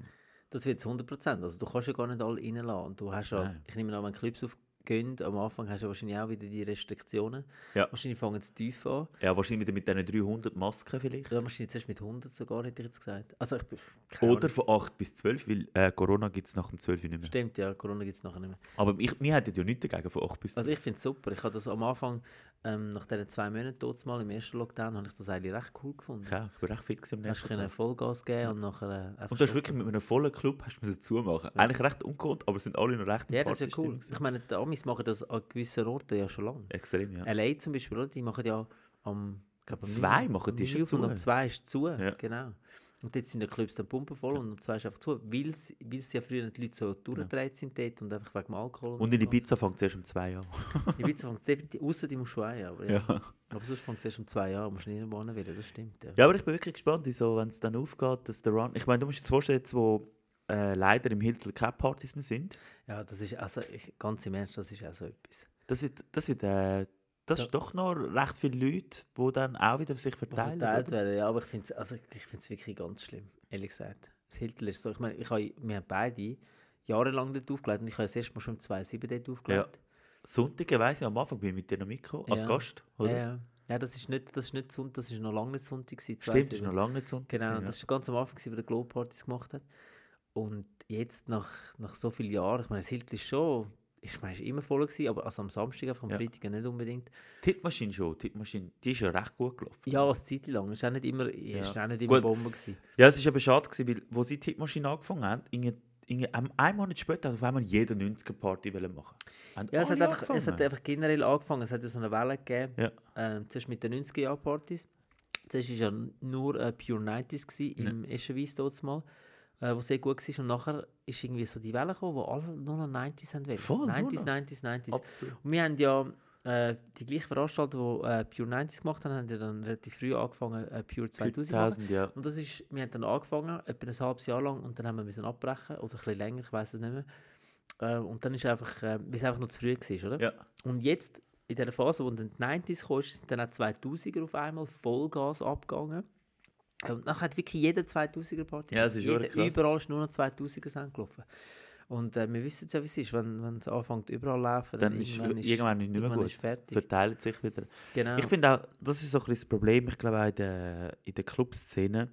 B: Das wird 100%. Also du kannst ja gar nicht alle reinlassen. Und du hast ja,
A: Nein.
B: ich nehme an, wenn Clubs aufgehen, am Anfang hast du ja wahrscheinlich auch wieder die Restriktionen.
A: Ja.
B: Wahrscheinlich fangen sie tief an.
A: Ja, wahrscheinlich wieder mit diesen 300 Masken vielleicht.
B: Ja, wahrscheinlich zuerst mit 100 sogar, hätte ich jetzt gesagt. Also ich bin... keine
A: Oder von 8 bis 12, weil äh, Corona gibt es nach dem 12 nicht mehr.
B: Stimmt, ja, Corona gibt es nachher nicht mehr.
A: Aber ich, wir hätten ja nichts dagegen von 8 bis 12.
B: Also ich finde es super. Ich habe das am Anfang, ähm, nach diesen zwei Monaten dort mal im ersten Lockdown, habe ich das eigentlich recht cool gefunden.
A: ja, ich war recht fit gewesen am
B: Hast du
A: nächsten
B: können
A: Tag.
B: Vollgas geben und nachher äh, einfach...
A: Und du hast wirklich mit einem vollen Club hast du zumachen. Eigentlich recht ungewohnt, aber es sind alle noch recht in
B: ja, das ist ja
A: Partystimmung
B: cool.
A: gewesen.
B: Ich meine, die Amis machen das an gewissen Orten ja schon lange.
A: Extrem, ja.
B: LA zum Beispiel, oder? Die machen ja am... ich Glaub, am
A: Zwei
B: neun-
A: machen die
B: am
A: schon
B: neun
A: zu.
B: Und am 2 ist zu,
A: Ja.
B: genau. Und jetzt sind die Clubs dann pumpenvoll und am 2 ist einfach zu, weil es weil es ja früher die Leute so durchgedreht sind dort und einfach wegen dem Alkohol.
A: Und in die Pizza fängt es erst um 2 an.
B: Ich will fängt es definitiv, außer die musst du ein, aber ja.
A: ja.
B: Aber sonst fängt es erst um zwei Jahre, musst du nicht wohnen wieder, das stimmt. Ja.
A: *laughs* ja, aber ich bin wirklich gespannt, wieso, wenn es dann aufgeht, dass der Run... Ich meine, du musst dir jetzt vorstellen, jetzt, wo äh, leider im Hilton keine Partys mehr sind,
B: ja, das ist, also ich, ganz im Ernst, das ist auch so etwas.
A: das wird, das wird äh, das
B: Ja.
A: ist doch noch recht viele Leute, die dann auch wieder sich
B: Was
A: verteilen.
B: Verteilt
A: Verteilt
B: werden, ja, aber ich finde es also ich, ich find's wirklich ganz schlimm, ehrlich gesagt. Das Hiltel ist so, ich meine, ich hab, wir haben beide jahrelang dort aufgelegt und ich habe das erste Mal schon um 2,7 dort aufgelegt.
A: Sonntage, weiss ich, am Anfang bin ich mit dir noch mitgekommen, als
B: Ja.
A: Gast,
B: Ja,
A: oder?
B: ja. Ähm, ja. das ist nicht, das ist nicht Sonntag, das ist noch lange nicht Sonntag gewesen,
A: Stimmt, das ist
B: 2,7.
A: noch lange nicht Sonntag.
B: Genau,
A: gewesen, ja.
B: das war ganz am Anfang, gewesen, wo der Globepartys gemacht hat. Und jetzt, nach, nach so vielen Jahren, ich meine, das Hiltl ist schon, ist, ich meine, ist immer voll gewesen, aber also am Samstag, einfach am
A: Ja.
B: Freitag ja nicht unbedingt.
A: Tippmaschine schon, Tippmaschine, die ist ja recht gut gelaufen.
B: Ja, eine Zeit lang. Ist auch nicht immer, ist auch nicht immer
A: Gut.
B: Bombe gewesen.
A: Ja, es war aber schade, gewesen, weil, wo sie die Tippmaschine angefangen haben, irgendwie irgendwie am- einen Monat später hat auf einmal jeder 90er-Party wollen machen. Haben
B: Ja, es hat,
A: alle
B: einfach, es hat
A: angefangen.
B: einfach generell angefangen. Es hat ja so eine Welle gegeben.
A: Ja.
B: Ähm, zuerst mit den 90er-Jahr-Partys. Zuerst war ja nur äh, Pure 90s gewesen, im Eschenwies dort mal, äh, wo sehr gut war. Und nachher ist irgendwie so die Welle gekommen, wo alle nur noch 90s haben wollen.
A: Voll, nur
B: 90s,
A: noch.
B: 90s, 90s.
A: Absolut.
B: Und wir haben ja äh, die gleiche Veranstaltung, die äh, Pure 90s gemacht haben, haben ja dann relativ früh angefangen, äh, Pure 2000 machen.
A: 2000, ja.
B: Und das ist, wir haben dann angefangen, etwa ein halbes Jahr lang, und dann haben wir müssen abbrechen, oder ein bisschen länger, ich weiß es nicht mehr. Äh, und dann ist einfach, äh, weil es einfach noch zu früh war, oder?
A: ja.
B: Und jetzt, in der Phase, wo dann die 90s kam, sind dann auch 2000er auf einmal Vollgas abgegangen. Ja, Und nachher hat wirklich jede 2000er-Party.
A: Ja, es ist
B: jeder,
A: wirklich krass.
B: Überall ist nur noch 2000er gelaufen. Und äh, wir wissen ja, wie es ist, wenn wenn es anfängt, überall zu laufen,
A: Dann ist irgendwann ist nicht mehr
B: irgendwann
A: gut.
B: ist fertig.
A: Verteilt sich wieder.
B: genau.
A: Ich finde auch, das ist so ein bisschen das Problem, ich glaube auch in der, in der Clubszene.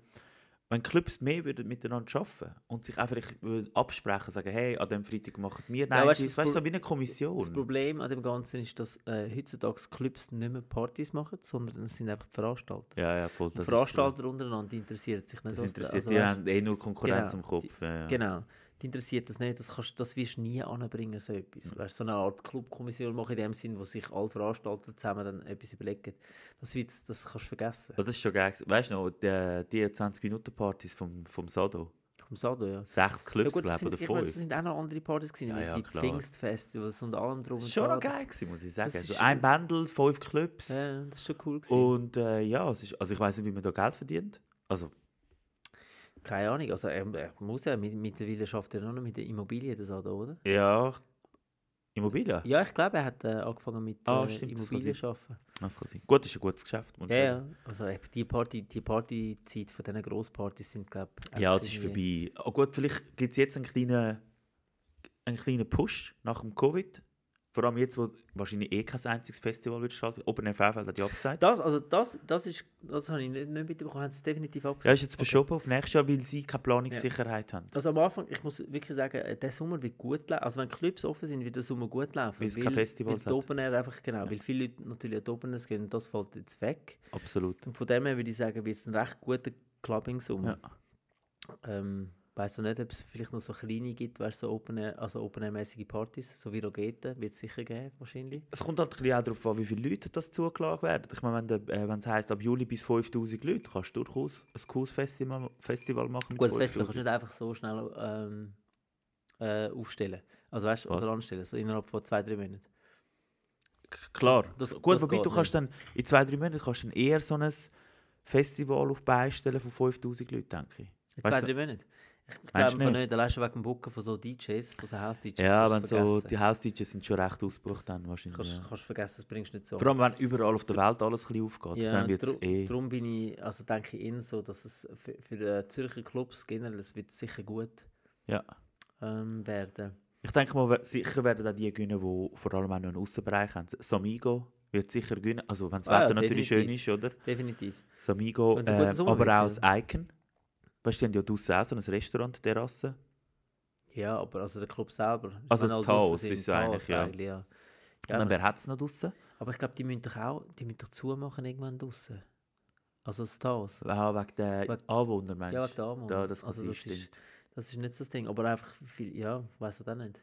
A: Wenn Clubs mehr würden miteinander arbeiten und sich einfach würden absprechen, sagen, hey, an dem Freitag machen wir, nein, weißt
B: weißt du,
A: du,
B: das
A: so
B: Pro-
A: wie eine Kommission.
B: Das Problem an dem Ganzen ist, dass äh, heutzutage Clubs nicht mehr Partys machen, sondern es sind einfach die Veranstalter.
A: ja, ja, voll.
B: Die
A: Das
B: Veranstalter untereinander interessieren sich
A: ist,
B: nicht.
A: das
B: was-
A: interessiert,
B: also
A: die
B: weißt-
A: haben eh nur Konkurrenz
B: Genau,
A: im Kopf. ja, ja.
B: Genau. Die interessiert das nicht, das, kannst, das wirst du nie anbringen, so etwas.
A: Mhm.
B: Weißt, so eine Art Clubkommission machen in dem Sinn, wo sich alle Veranstalter zusammen dann etwas überlegen. Das, Witz, das kannst du vergessen.
A: Aber das ist schon geil. gewesen. Weißt du noch, die, die 20-Minuten-Partys vom, vom Sado?
B: Vom Sado, ja.
A: Sechs
B: ja
A: Clubs,
B: gut, das
A: glaube
B: sind,
A: ich,
B: ich
A: oder
B: meine, das
A: fünf.
B: sind auch noch andere Partys gewesen,
A: Ja,
B: mit
A: ja,
B: die
A: klar.
B: Pfingstfestivals und allem drum und
A: Das war schon
B: dran.
A: noch geil, gewesen, muss ich sagen.
B: das
A: Also
B: ist-
A: ein Bändel, fünf Clubs.
B: Das, ja, das ist schon cool gewesen.
A: Und äh, ja, es ist, also ich weiß nicht, wie man da Geld verdient. Also,
B: Keine Ahnung, also er, er muss ja, mit, mittlerweile schafft er nur noch mit der Immobilie das an, oder?
A: ja, Immobilien.
B: Ja, ich glaube, er hat äh, angefangen mit äh,
A: Ah, stimmt, das kann
B: Immobilien
A: sein.
B: zu arbeiten.
A: Das kann sein. Gut, ist ein gutes Geschäft. muss ich
B: Ja,
A: sagen.
B: ja. Also eben die, Party, die Partyzeit von diesen Grosspartys sind, glaube ich.
A: ja,
B: einfach
A: es ist
B: irgendwie-
A: vorbei. Oh gut, vielleicht gibt es jetzt einen kleinen, einen kleinen Push nach dem Covid. Vor allem jetzt, wo wahrscheinlich eh kein einziges Festival wird stattfinden. Open FFL hat ja abgesagt.
B: Das, also das, das ist, das habe ich nicht, nicht mitbekommen, haben sie es definitiv
A: Ja,
B: abgesagt.
A: ist jetzt verschoben auf nächstes Jahr, weil sie keine Planungssicherheit haben.
B: Also am Anfang, ich muss wirklich sagen, äh, der Sommer wird gut laufen. Also wenn Clubs offen sind, wird der Sommer gut laufen.
A: Weil es keine Festivals
B: weil die
A: hat.
B: Open Air einfach, genau, weil viele Leute natürlich an die Open Airs gehen und das fällt jetzt weg.
A: Absolut.
B: Und von dem her würde ich sagen, wird es ein recht guter Clubbing-Sommer.
A: Ja.
B: Ähm, weiß noch nicht, ob es vielleicht noch so kleine gibt, weißt, so Open Air, also Open Air-mäßige Partys, so wie Rogeten, wird es sicher geben, wahrscheinlich.
A: Es kommt halt ein bisschen auch darauf an, wie viele Leute das zugelassen werden. Ich meine, wenn der- äh, wenn es heisst, ab Juli bis 5000 Leute, kannst du durchaus ein cooles Festival, Festival machen. mit
B: Gut, das
A: 5000.
B: Festival kannst du nicht einfach so schnell ähm, äh, aufstellen. Also weißt du,
A: Was?
B: oder anstellen, so innerhalb von zwei, drei Monaten.
A: Klar.
B: Das-
A: Gut,
B: das
A: wobei
B: geht
A: du kannst dann in zwei, drei Monaten kannst du dann eher so ein Festival auf die Beine stellen von 5000 Leuten, denke ich.
B: In
A: Weißt
B: zwei,
A: du-
B: drei Monaten. Ich
A: Meinst
B: glaube
A: du
B: nicht.
A: nicht?
B: nicht, allein schon wegen dem Bucken von so DJs, von so House-DJs.
A: Ja,
B: kannst du
A: wenn so,
B: vergessen.
A: die Hausdjs sind schon recht ausgebucht dann wahrscheinlich.
B: Kannst,
A: ja.
B: kannst vergessen, das bringst du nicht so.
A: Vor allem, wenn überall auf der Welt alles ein bisschen aufgeht,
B: ja,
A: dann wird es
B: drum,
A: eh...
B: drum bin ich, also denke ich in so, dass es für, für die Zürcher Clubs generell, es wird sicher gut
A: Ja.
B: ähm, werden.
A: Ich denke mal, wer- sicher werden auch die gewinnen, die vor allem auch noch einen Außenbereich haben. Samigo wird sicher gewinnen, also wenn das
B: Ah ja,
A: Wetter natürlich schön
B: definitiv.
A: ist, oder?
B: Definitiv.
A: Samigo,
B: Wenn sie einen guten
A: ähm,
B: Sommer
A: aber auch
B: wird,
A: das Icon. Weißt du, die haben ja draussen auch so ein Restaurant, Terrasse.
B: Ja, aber also der Club selber.
A: Also
B: Ich meine,
A: das
B: alle draussen
A: Taos
B: sind,
A: ist ja eigentlich,
B: Taos
A: ja.
B: ja.
A: Und
B: Ja,
A: dann, wer hat es noch draussen?
B: Aber ich glaube, die müssen doch auch die müssen doch zumachen irgendwann draußen. Also das Taos.
A: Ah, wegen der
B: Wegen-
A: Anwohner, meinst
B: Ja, wegen der Anwohner.
A: Ja, das kann
B: also
A: sein,
B: das ist,
A: stimmt.
B: das ist nicht so das Ding. Aber einfach viel, ja, weiß ich auch nicht.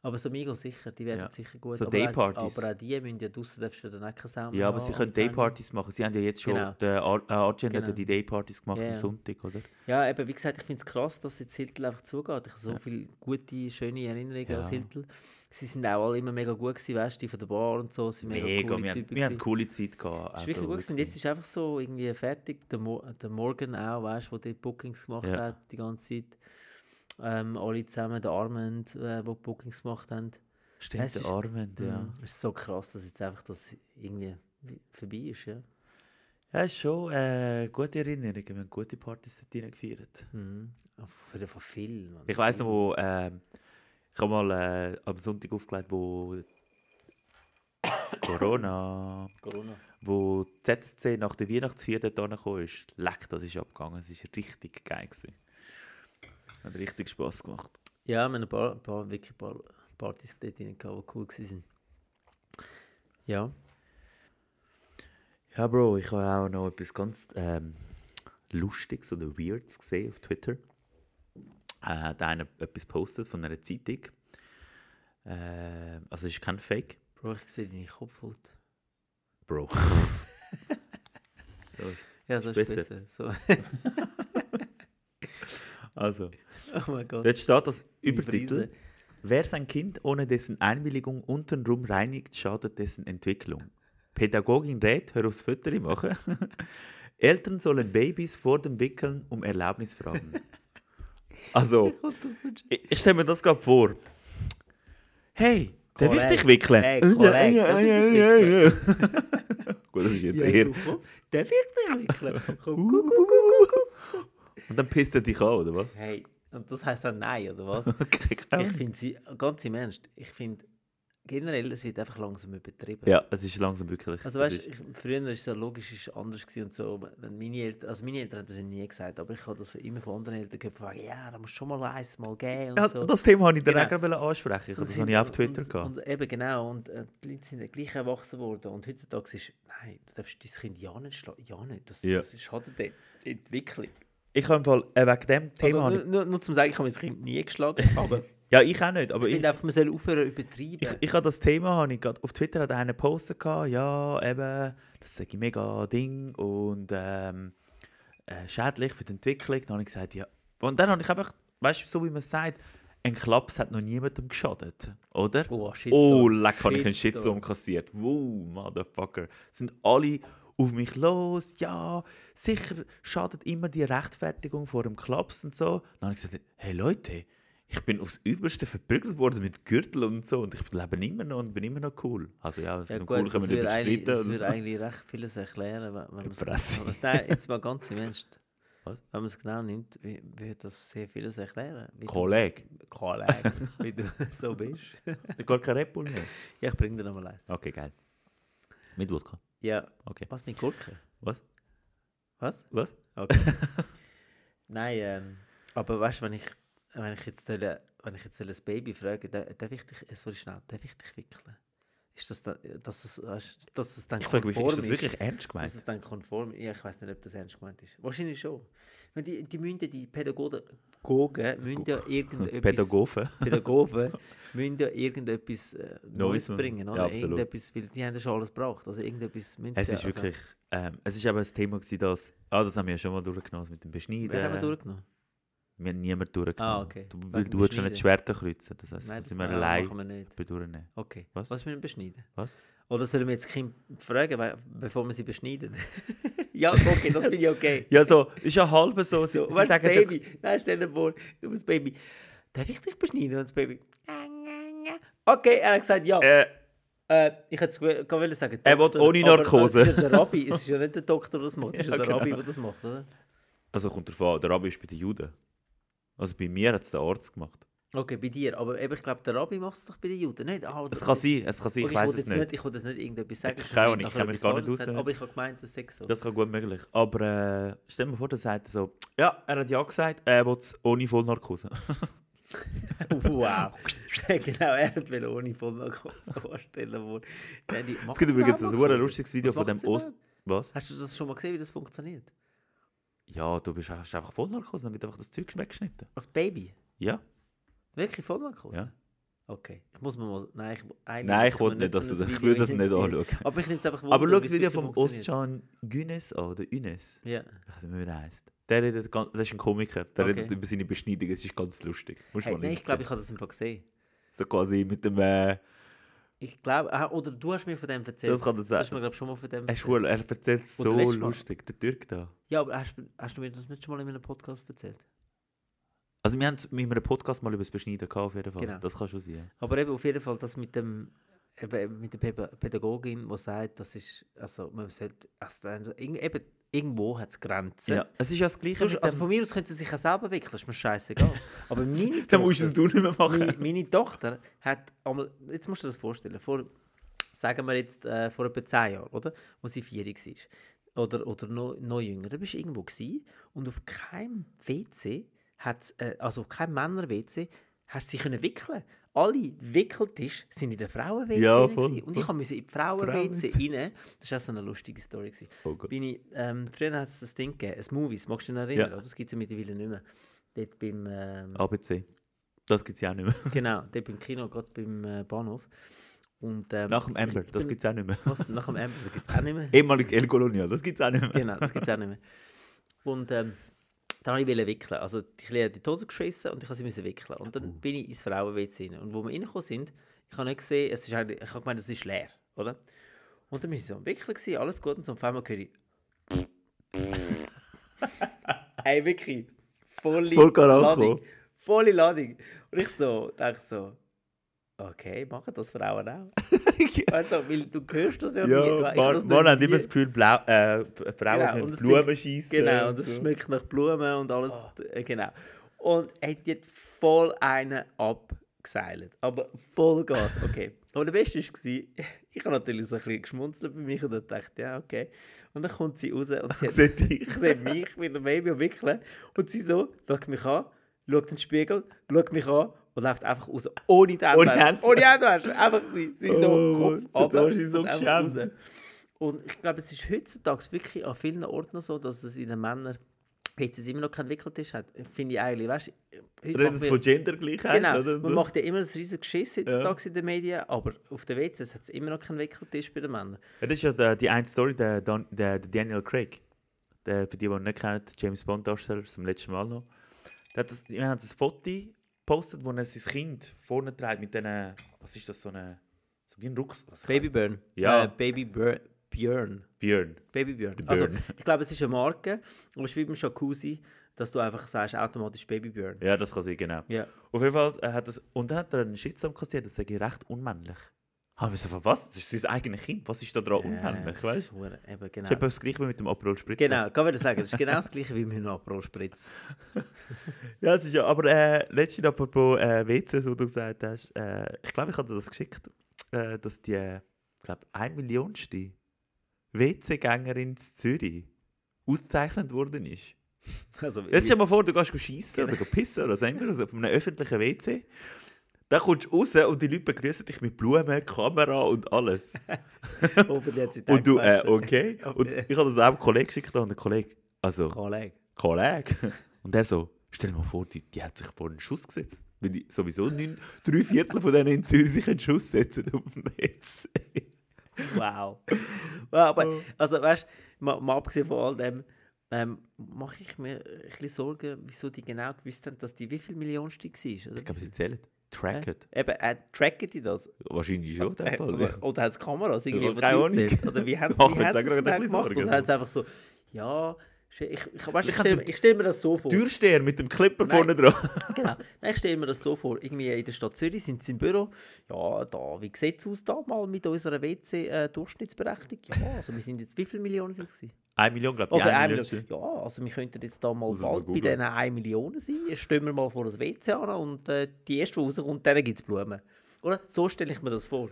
B: Aber so Migo sicher, die werden
A: Ja.
B: sicher gut.
A: So
B: aber, auch,
A: Daypartys.
B: aber auch die müssen ja draußen darfst du dann auch keine Samen
A: Ja, aber sie
B: haben
A: können
B: und Sänger.
A: Daypartys machen. Sie haben ja jetzt schon,
B: Genau.
A: der Ar äh, Argent hat
B: Genau.
A: ja die Daypartys gemacht
B: Ja,
A: am
B: ja.
A: Sonntag, oder?
B: Ja, eben, wie gesagt, ich finde es krass, dass jetzt Hiltl einfach zugeht. Ich habe so
A: Ja.
B: viele gute, schöne Erinnerungen
A: Ja.
B: aus Hiltl. Sie sind auch alle immer mega gut gewesen, weißt du, die von der Bar und so. sind mega,
A: Mega,
B: coole
A: wir, haben,
B: Typen
A: wir haben eine
B: gewesen.
A: coole Zeit gehabt. Also
B: ist wirklich gut gewesen. Und jetzt ist einfach so irgendwie fertig. Der, Mo der Morgan auch, weißt du, der die Bookings gemacht
A: Ja.
B: hat die ganze Zeit. Ähm, alle zusammen, der Armand, äh, wo die Bookings gemacht haben.
A: Stimmt,
B: Es
A: der
B: ist-
A: Armand, ja.
B: Mhm. Es ist so krass, dass jetzt einfach das irgendwie wie- vorbei ist, ja.
A: Ja, ist schon äh, gute Erinnerungen. Wir haben gute Partys dort rein gefeiert.
B: Mhm. Für von viel, Mann.
A: Ich weiss noch, wo. ähm, ich habe mal äh, am Sonntag aufgelegt, wo. *coughs* Corona.
B: Corona.
A: Wo die ZSC nach der Weihnachtsfeier dort angekommen ist. Leck, das ist abgegangen. Es war richtig geil. Gewesen. Hat richtig Spass gemacht.
B: Ja, wir haben ein paar, ein paar wirklich ein paar Partys dort drin gehabt, die cool waren. Ja.
A: Ja, Bro, ich habe auch noch etwas ganz ähm, Lustiges oder Weirdes gesehen auf Twitter. äh, hat einer etwas postet von einer Zeitung. Äh, also es ist kein Fake.
B: Bro, ich sehe deine Kopfhaut.
A: Bro. *laughs* Sorry.
B: Ja, so ist
A: Ist
B: besser. So. *laughs*
A: also,
B: Oh mein Gott.
A: dort steht das
B: Meine
A: Übertitel.
B: Frise.
A: Wer sein Kind ohne dessen Einwilligung untenrum reinigt, schadet dessen Entwicklung. Pädagogin rät, hör aufs Fütteri machen. *laughs* Eltern sollen Babys vor dem Wickeln um Erlaubnis
B: *laughs*
A: fragen. Also,
B: Kommt aus dem Chat.
A: ich, ich stelle mir das gerade vor. Hey, darf ich
B: Korrekt.
A: dich wickeln?
B: Hey, korrekt.
A: Ja, ja, ja, ja, ja. *laughs* Gut, das ist jetzt
B: Ja,
A: eher. Uh.
B: du kommst. Darf ich dich
A: *laughs*
B: wickeln? Komm, guck.
A: Und dann pisst er dich an, oder was? *laughs*
B: Hey, und das heisst dann nein, oder was? Ich
A: Okay.
B: finde sie, ganz im Ernst, ich finde generell, es wird einfach langsam übertrieben.
A: Ja, es ist langsam wirklich.
B: Also
A: das
B: weißt,
A: ist-
B: ich, früher ist es ja logisch ist es anders gewesen und so. aber Wenn meine Eltern, also meine Eltern haben das ja nie gesagt, aber ich habe das immer von anderen Eltern gehört, von wegen, ja, da muss schon mal eins mal geben und
A: ja,
B: so.
A: das Thema wollte ich dir
B: Genau.
A: auch gerade ansprechen. Ich-
B: Und
A: Das
B: sind-
A: habe ich auch auf Twitter
B: und,
A: gehabt.
B: und, eben genau, und äh, die Leute sind gleich erwachsen worden. Und heutzutage ist, nein, du darfst dein Kind ja nicht schlagen. Ja nicht, das,
A: Ja.
B: das ist schadet der Entwicklung.
A: Ich habe im Fall äh, wegen dem Thema.
B: Also,
A: habe
B: nur, nur, nur zum sagen, ich habe mein Kind nie
A: *laughs*
B: geschlagen, aber ich
A: ich, ja, ich auch nicht. Aber ich,
B: finde einfach, man soll aufhören übertreiben.
A: Ich, ich habe das Thema, habe ich grad, auf Twitter hat einer gepostet, gehabt, ja, eben, das sage ich mega Ding und ähm, äh, schädlich für die Entwicklung. Dann habe ich gesagt, ja. Und dann habe ich einfach, weißt du, so wie man sagt, ein Klaps hat noch niemandem geschadet, oder?
B: Oh,
A: Oh,
B: Shitstorm.
A: leck, habe ich einen
B: Shitstorm.
A: Shitstorm kassiert. Wow, Motherfucker. Sind alle auf mich los, ja, sicher schadet immer die Rechtfertigung vor dem Klaps und so. Dann habe ich gesagt, hey Leute, ich bin aufs Übelste verprügelt worden mit Gürtel und so und ich lebe immer noch und bin immer noch cool. Also ja,
B: Ja,
A: noch
B: gut,
A: cool
B: das
A: können wir
B: würde eigentlich,
A: überschreiten.
B: das
A: oder *laughs*
B: würde
A: so.
B: eigentlich recht vieles erklären, wenn, wenn man es.
A: Fresse.
B: Nein, jetzt mal ganz im Ernst.
A: Was?
B: Wenn man es genau nimmt, wie- würde das sehr vieles erklären. Wie du,
A: Kollege,
B: Kollege, wie du *laughs* so bist.
A: du gar kein Red Bull mehr.
B: Ja, ich bringe dir nochmal eins.
A: Okay, geil. Mit Wodka.
B: Ja,
A: Okay.
B: was mit Gurken?
A: Was?
B: Was?
A: Was? *laughs*
B: Okay. Nein, ähm, aber weißt du, wenn ich, wenn ich jetzt, soll, wenn ich jetzt soll ein Baby frage, da- darf ich dich, äh, sorry, schnell, darf ich dich wickeln? Ist das dann, dass es, weißt, dass es dann
A: Ich frage mich,
B: konform
A: ist das wirklich ernst
B: Dass
A: gemeint?
B: es dann konform ist. Ja, ich weiß nicht, ob das ernst gemeint ist. Wahrscheinlich schon. Weil die, die müssen ja, die Pädagogen, Gogen, müssen ja irgendetwas...
A: Pädagogen?
B: Pädagogen *laughs* müssen ja irgendetwas äh, Neues
A: Neues machen.
B: bringen,
A: Ja,
B: oder?
A: absolut.
B: irgendetwas, weil die haben ja schon alles gebracht. Also irgendetwas müssen
A: Es
B: sie ja- also.
A: ist wirklich, ähm, es ist eben das Thema gewesen, dass, ah, das haben wir ja schon mal durchgenommen mit dem Beschneiden.
B: Also, wer haben wir durchgenommen?
A: Wir haben niemanden durchgenommen.
B: Ah, okay.
A: Du,
B: Wegen
A: weil
B: dem
A: du hast schon
B: Beschneiden.
A: nicht Schwerter kreuzen, das heisst, Nein, das
B: Nein, das
A: sind wir
B: nein,
A: allein
B: machen wir nicht.
A: bei durchnehmen.
B: Okay, was,
A: Was?
B: müssen wir beschneiden?
A: Was?
B: Oder sollen wir jetzt das Kind fragen, weil- bevor wir sie beschneiden? *laughs* ja, okay, das finde ich okay.
A: Ja, so, ist ja halb so. Sie,
B: So,
A: sie
B: weißt,
A: sagen,
B: das
A: ja-
B: Baby, nein, stell dir vor, du bist Baby. Darf ich dich beschneiden? Und das Baby. Okay, er hat gesagt, ja. Äh,
A: Äh,
B: ich hätte es gew- gar wollen sagen.
A: Er will
B: Doktor,
A: ohne
B: aber, äh,
A: Narkose.
B: Es ist ja der Rabbi, es ist ja nicht der Doktor, der
A: *laughs*
B: das macht, es ist ja,
A: Ja,
B: der
A: genau.
B: Rabbi, der das macht, oder?
A: also kommt drauf an, der Rabbi ist bei den Juden. Also bei mir hat es der Arzt gemacht.
B: Okay, bei dir. Aber eben, ich glaube, der Rabbi macht es doch bei den Juden, nicht? Ah, oder-
A: Es kann sein, es kann sein,
B: Okay,
A: ich weiß
B: wollte
A: es
B: jetzt
A: nicht.
B: Ich wollte jetzt nicht irgendetwas sagen.
A: Ich
B: habe
A: keine Ahnung,
B: nachher
A: ich kenne mich
B: etwas
A: gar nicht
B: anderes
A: aus
B: gesagt,
A: damit.
B: Aber ich habe gemeint, das sechs so.
A: Das kann gut möglich. Aber äh, stell dir vor, der sagt er so, ja, er hat ja gesagt, er will es ohne Vollnarkose.
B: *laughs*
A: *laughs*
B: Wow. *laughs* genau, er hat will ohne Vollnarkose vorstellen wollen. Dann die-
A: Es
B: Macht's
A: gibt übrigens ein
B: überhaupt
A: super
B: Narkose?
A: lustiges Video
B: Was
A: von dem
B: macht's
A: Ost...
B: überhaupt?
A: Was?
B: Hast du das schon mal gesehen, wie das funktioniert?
A: Ja, du bist, hast einfach Vollnarkose, dann wird einfach das Zeug weggeschnitten.
B: Als Baby?
A: Ja.
B: Wirklich Vollnarkose?
A: Ja.
B: Okay. Ich muss mir mal... Nein, ich, eigentlich
A: Nein, ich
B: muss
A: wollte
B: man
A: nicht, dass
B: so
A: du
B: ein
A: das, ich
B: Video
A: will das nicht
B: irgendwie-
A: anschauen. *laughs*
B: Aber ich nehme es einfach
A: Aber
B: Wunder,
A: schau
B: wie
A: das
B: es
A: Video
B: wirklich
A: vom
B: funktioniert.
A: Ostjan Günes an, der Ünes.
B: Ja.
A: Ich weiß nicht, wie er heisst. Der redet ganz, das ist ein Komiker, der
B: Okay.
A: redet über seine Beschneidung, es ist ganz lustig. Muss
B: Hey,
A: man
B: nein, ich glaube, ich habe das einfach gesehen.
A: So quasi mit dem, äh,
B: Ich glaube... Ah, oder du hast mir von dem erzählt.
A: das kann das
B: Du hast mir,
A: sein.
B: glaube ich, schon mal von dem
A: Er, ist wohl- er erzählt es
B: Oder
A: so
B: letztes Mal.
A: lustig, der Türk da.
B: Ja, aber hast, du- hast du mir das nicht schon mal in einem Podcast erzählt?
A: Also wir haben in einem Podcast mal über das Beschneiden gehabt, auf jeden Fall.
B: Genau.
A: Das kann schon sein.
B: Aber eben auf jeden Fall das mit dem eben eben mit der Päpa- Pädagogin, die sagt, das ist, also man sollte, also, dann- irg- eben, irgendwo hat es Grenzen.
A: Ja. Es ist ja das Gleiche
B: Sonst,
A: mit
B: also
A: dem...
B: von mir aus können sie sich auch selber wickeln, ist
A: *laughs*
B: mir scheißegal. Aber meine
A: Dann musst du es
B: Tochter,
A: du nicht mehr
B: meine,
A: machen.
B: meine Tochter hat einmal, jetzt musst du dir das vorstellen, vor, sagen wir jetzt äh, vor etwa 10 Jahren, oder, wo sie vier war, oder, oder noch, noch jünger, da bist du irgendwo gewesen, und auf keinem WC, hat's, äh, also auf keinem Männer-WC, hast du sie können wickeln Alle Wickeltisch sind in der Frauen-WC
A: Ja,
B: rein
A: voll,
B: gewesen. und ich
A: voll.
B: musste in die Frauen-WC rein. Das war auch so eine lustige Story. gewesen.
A: Oh Gott.
B: Bin ich, ähm, früher hat es das Ding gegeben, ein Movies, magst du dich noch erinnern?
A: Ja.
B: Oder? Das gibt es ja mittlerweile nicht mehr. Dort beim, ähm,
A: ABC. Das gibt es ja auch nicht mehr.
B: genau, dort beim Kino, gerade beim äh, Bahnhof. Und, ähm,
A: Nach dem Ember,
B: ich
A: das
B: bin-
A: gibt es auch nicht mehr.
B: Was, nach dem Amber, das gibt es auch nicht mehr.
A: Ehemalig El Colonial, das gibt es auch nicht mehr.
B: *laughs* genau, das gibt es auch nicht mehr. Und ähm, dann wollte ich wollte wickeln. Also die Kleine hat in die Hose geschissen und ich musste sie müssen wickeln. Und dann
A: Oh.
B: bin ich ins Frauen-WC rein. Und wo wir reingekommen sind, ich habe nicht gesehen, es ist eigentlich, ich habe gemeint, es ist leer, oder? Und dann bin ich so am Wickeln, gewesen, alles gut. Und so auf einmal höre ich... *laughs* hey, wirklich, volle
A: Voll Karacho.
B: Ladung. Volle Ladung. Und ich so, dachte so... Okay, machen das Frauen auch.
A: *laughs*
B: Also, weil du hörst das ja, nie. Du- ich
A: ja,
B: habe
A: Mann,
B: das nicht
A: Mann haben immer
B: nie-
A: das Gefühl, Blau, äh, Frauen
B: Genau, und
A: können
B: das
A: Blumen
B: Ding-
A: schießen.
B: Genau,
A: und
B: das
A: äh, eh, so.
B: schmeckt nach Blumen und alles. äh, Genau. Und er hat jetzt voll einen abgeseilt. Aber voll Gas, okay. Aber der Beste war, *laughs* ich habe natürlich so ein bisschen geschmunzelt bei mich und dann dachte, ja, okay. Und dann kommt sie raus und sie hat,
A: *laughs* Seht ihr?
B: ich *laughs* sehe mich mit dem Baby am wickeln und sie so, schaut mich an, schaut in den Spiegel, schaut mich an und läuft einfach raus, ohne die
A: Ohne
B: Handtasche.
A: Handtasche.
B: Ohne Handtasche. Einfach sie, sie so,
A: Oh,
B: Kopf
A: das
B: runter
A: hast du dich so
B: und einfach
A: geschämt.
B: raus. Und ich glaube, es ist heutzutage wirklich an vielen Orten noch so, dass es in den Männern jetzt es immer noch keinen Wickeltisch hat. Finde ich eigentlich, weißt du, heute
A: Reden
B: macht
A: Sie
B: man-
A: von Gendergleichheit?
B: Genau,
A: oder
B: man
A: so?
B: macht ja immer ein riesiges Geschiss heutzutage in den Medien, aber auf den WCs hat es immer noch keinen Wickeltisch bei den Männern.
A: Ja, das ist ja die, die eine Story, der, Don, der, der Daniel Craig. Der, für die, die ihn nicht kennen, James Bond Darsteller, zum letzten Mal noch. Der hat das, wir haben das Foto gepostet, wo er sein Kind vorne trägt mit diesen, was ist das, so eine, so wie ein Rucksack. was-
B: Babyburn.
A: Ja.
B: Äh, Baby Bur Björn.
A: Björn.
B: Babybjörn.
A: Der
B: Also,
A: Björn.
B: ich glaube, es ist eine Marke, aber es ist wie beim Jacuzzi, dass du einfach sagst, automatisch Babybjörn.
A: Ja, das kann sein, genau.
B: Ja.
A: Auf jeden Fall äh, hat das, und dann hat er einen Shitstorm kassiert, das sage ich recht unmännlich. Haben wir so von was? Das ist sein eigenes Kind, was ist da dran unmännlich,
B: das
A: Oh, weißt
B: ist
A: du?
B: hure- Eben,
A: Das
B: genau.
A: ist etwa das gleiche wie mit dem Aperol Spritz.
B: Genau, ich würde sagen, das ist genau das gleiche wie mit einem Aperol-Spritz.
A: Ja, es ist ja. Aber äh, letztens apropos äh, WCs, wo du gesagt hast, äh, ich glaube, ich hatte das geschickt, äh, dass die, äh, ich glaube, ein Millionste WC-Gängerin in Zürich ausgezeichnet worden ist.
B: Also,
A: Jetzt stell dir mal vor, du gehst schiessen oder gehst pissen oder sonst irgendwas also auf einem öffentlichen WC. Dann kommst du raus und die Leute begrüßen dich mit Blumen, Kamera und *laughs* alles.
B: Hoffentlich hat sie
A: Und du, äh, *laughs*
B: gewaschen. *laughs*
A: okay. Und
B: Okay.
A: ich habe das auch einem Kollegen geschickt und der Kollege, also...
B: Kollege.
A: *laughs* Kollege. Und er so, stell dir mal vor, die, die hat sich vor einen Schuss gesetzt. Weil die, sowieso neun, drei Viertel von denen in Zürich sich einen Schuss setzen auf dem WC.
B: Wow. wow aber,
A: Oh.
B: also weißt du, mal, mal abgesehen von all dem, ähm, mache ich mir ein bisschen Sorgen, wieso die genau gewusst haben, dass die wie viel Millionste war. Oder?
A: Ich glaube, sie zählen. Tracket.
B: Eben, äh, tracken die das?
A: Wahrscheinlich schon, der
B: Äh,
A: Fall.
B: oder oder hat es Kameras irgendwie
A: Ja,
B: die
A: keine
B: Leute
A: Ahnung.
B: sehen? Oder wie haben
A: *laughs* Machen
B: wie
A: wir jetzt
B: haben sie
A: auch gerade ein
B: es genau
A: bisschen
B: gemacht?
A: Sorgen,
B: Oder haben sie einfach so, ja, ich, ich, ich, weißt, ich,
A: genau. kann
B: stell-
A: so-
B: ich stelle mir das so vor.
A: Türsteher mit dem Clipper
B: Nein.
A: vorne dran. *laughs*
B: Genau. Nein, ich stelle mir das so vor. Irgendwie in der Stadt Zürich sind sie im Büro. Ja, da, wie sieht es aus da mal mit unserer WC-Durchschnittsberechtigung? Ja, also wir sind jetzt, wie viele Millionen sind es? gewesen?
A: Eine Million, glaube ich.
B: Oder eine
A: Million.
B: Million. Ja, also wir könnten jetzt da mal
A: Muss es mal
B: bald bei
A: googeln.
B: diesen 1 Million sein. Jetzt stehen wir mal vor das WC an und äh, die erste, die rauskommt, denen gibt es Blumen. Oder? So stelle ich mir
A: *laughs*
B: das vor.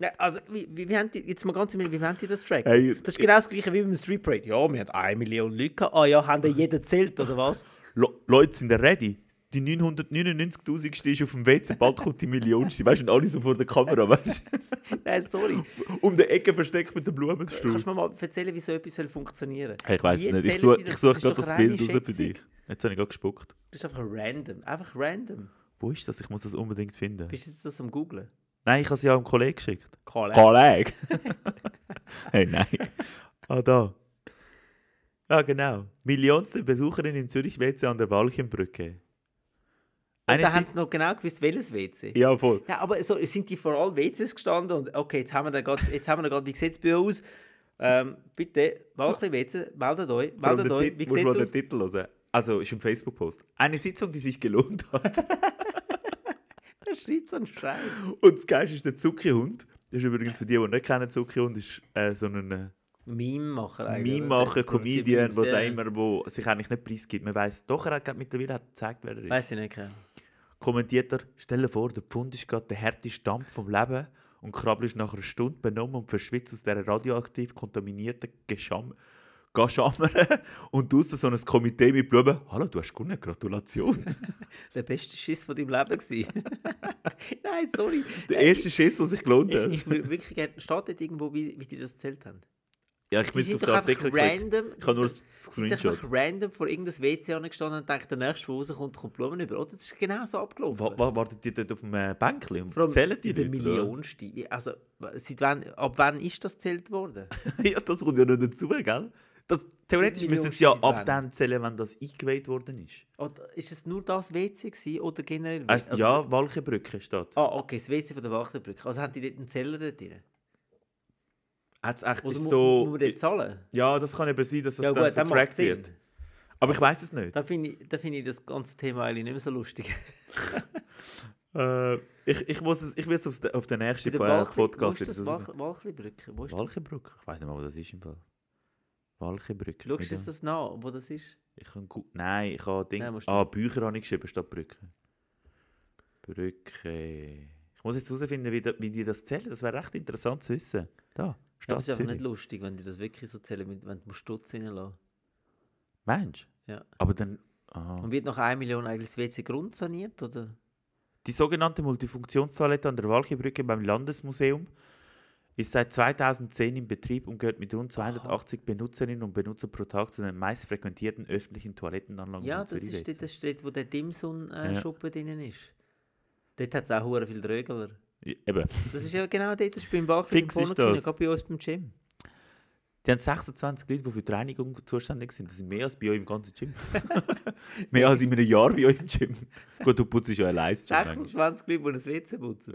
B: Nein, also, wie, wie, wie haben die, jetzt mal ganz im Ernst, wie haben die das Track?
A: Hey,
B: das ist genau das gleiche wie beim Street Parade. Ja, wir haben 1 Million Leute gehabt. Ah
A: *laughs*
B: ja, haben die jeder zählt, oder was?
A: Le Leute sind ready. Die 999.000. ist auf dem WC, bald kommt die Millionste. Weißt du, und alle so vor der Kamera, weißt
B: Nein, sorry.
A: du? Um die Ecke versteckt mit dem Blumenstuhl.
B: Kannst du mir mal erzählen, wie so etwas soll funktionieren
A: Hey, ich weiß
B: Wie
A: es nicht. Ich
B: zählen
A: suche,
B: die
A: ich
B: das?
A: suche
B: Das
A: gerade
B: ist doch
A: das
B: reine
A: Bild raus für
B: Schätzung.
A: dich. Jetzt habe ich gerade gespuckt.
B: Das ist einfach random. Einfach random.
A: Wo ist das? Ich muss das unbedingt finden.
B: Bist du jetzt das am Googlen?
A: Nein, ich habe es ja einem Kollegen geschickt.
B: Kalle.
A: Kollege? *laughs* hey, nein. Ah, da. Ja, genau. Millionste Besucherin im Zürich-WC an der Walchenbrücke.
B: Und
A: Eine
B: da haben
A: Sit
B: sie noch genau gewusst, welches WC.
A: ja, voll.
B: Ja, aber so, sind die vor allem WCs gestanden und okay, jetzt haben wir da gerade, jetzt haben wir da gerade, wie sieht es bei euch aus? Ähm, bitte, wirklich WC, meldet euch,
A: Vor allem
B: meldet
A: den
B: euch,
A: Tit-
B: wie
A: musst
B: sieht
A: mal
B: es
A: den
B: aus?
A: Titel hören. Also, ist ein Facebook-Post. Eine Sitzung, die sich gelohnt
B: *laughs*
A: hat.
B: Er schreibt so einen Scheiß.
A: Und das Geilste ist der Zuckerhund. Das ist übrigens für die, die nicht kennen, Zuckerhund ist äh, so ein... Äh,
B: Meme-Macher eigentlich.
A: Meme machen, Comedian, was auch
B: auch
A: immer, wo sich eigentlich nicht preisgibt. Man weiß, doch, er hat gerade mittlerweile hat gezeigt, wer er ist.
B: Weiß ich nicht. keine Ahnung.
A: Kommentiert er, stell dir vor, der Pfund ist gerade der härteste Dampf vom Leben und Krabbel ist nach einer Stunde benommen und verschwitzt aus dieser radioaktiv kontaminierten Gescham Gaschammere *laughs* und außen so ein Komitee mit Blumen. Hallo, du hast gewonnen, Gratulation.
B: Der beste Schiss von deinem Leben gewesen. *laughs* Nein, sorry.
A: Der erste Schiss, der sich gelohnt
B: Ich,
A: hat.
B: ich würde wirklich gerne, steht dort irgendwo, wie, wie die das erzählt haben?
A: Ja, ich
B: Die
A: bin jetzt
B: sind
A: auf
B: doch
A: den Artikel
B: einfach
A: geklickt.
B: random.
A: Ich habe nur das
B: sind doch
A: Screenshot.
B: einfach random vor irgendeinem WC angestanden und denkt, der nächste, der rauskommt, kommt Blumen über. Oder? Das ist genau so abgelaufen.
A: Wa- wa- Wartet ihr dort auf dem äh, Bänkchen und
B: Vor allem
A: zählen die
B: über
A: Leute, oder?
B: Millionste. Wie- Also, seit wann, ab wann ist das gezählt worden?
A: *laughs* ja, das kommt ja noch dazu, gell? Das, theoretisch
B: Die
A: müssten sie ja
B: Millionste
A: ab
B: sind
A: dann zählen, wenn das eingeweiht worden ist.
B: Oder ist es nur das WC gewesen, oder generell?
A: Also, ja, Walchenbrücke steht.
B: Ah, okay, das WC von der Wachterbrücke. Also haben die dort einen Zeller dort drin?
A: Hat's echt
B: Oder
A: bis
B: mu
A: so...
B: muss man dort zahlen?
A: Ja, das kann eben sein, dass das
B: Ja,
A: dann
B: gut,
A: so
B: dann macht
A: getrackt
B: Sinn.
A: wird. Aber ich weiß es nicht.
B: Da finde ich, da find ich das ganze Thema eigentlich nicht mehr so lustig.
A: Äh, ich ich, muss es- ich werde es aufs- auf den nächsten
B: Bei der
A: äh,
B: Walchli-
A: Podcast...
B: Wo ist das?
A: wieder-
B: Walch- Walchli-Brücke? Wo ist das?
A: Walchenbrücke? Ich weiß nicht mal, wo das ist im Fall. Walchenbrücke.
B: Schaust du
A: Mit-
B: uns das nach, wo das ist?
A: Ich kann gut. Nein, ich habe Ding.
B: Nein, musst du
A: ah, Bücher habe ich geschrieben statt Brücke. Brücke. Ich muss jetzt herausfinden, wie, da, wie die das zählen. Das wäre recht interessant zu wissen. Da,
B: Ja, aber
A: Stadt
B: es ist einfach nicht
A: Zürich.
B: lustig, wenn die das wirklich so zählen, wenn wenn du musst Stutz reinlassen
A: Mensch.
B: Ja.
A: Aber dann. ah. Aha.
B: Und wird nach 1 Million eigentlich das WC grundsaniert, oder?
A: Die sogenannte Multifunktionstoilette an der Walchenbrücke beim Landesmuseum ist seit 2010 in Betrieb und gehört mit rund 280 Benutzerinnen und Benutzern pro Tag zu den meist frequentierten öffentlichen Toilettenanlagen
B: Ja,
A: in
B: das ist dort,
A: Zürich.
B: das steht, wo der
A: Ja.
B: Dimson-Schuppen drinnen äh, ist. Dort hat es auch hure viel Drögeler.
A: Eben.
B: Das ist ja genau dort, das ist beim Walker, beim
A: Fix ist
B: Pornokino,
A: das.
B: gerade bei uns beim Gym.
A: Die haben 26 Leute, die für die Reinigung zuständig sind. Das sind mehr als bei euch im ganzen *laughs* Gym. mehr als in einem Jahr bei euch im Gym. Gut, du putzt ja allein das Gym. manchmal.
B: 26 Leute, die ein WC putzen.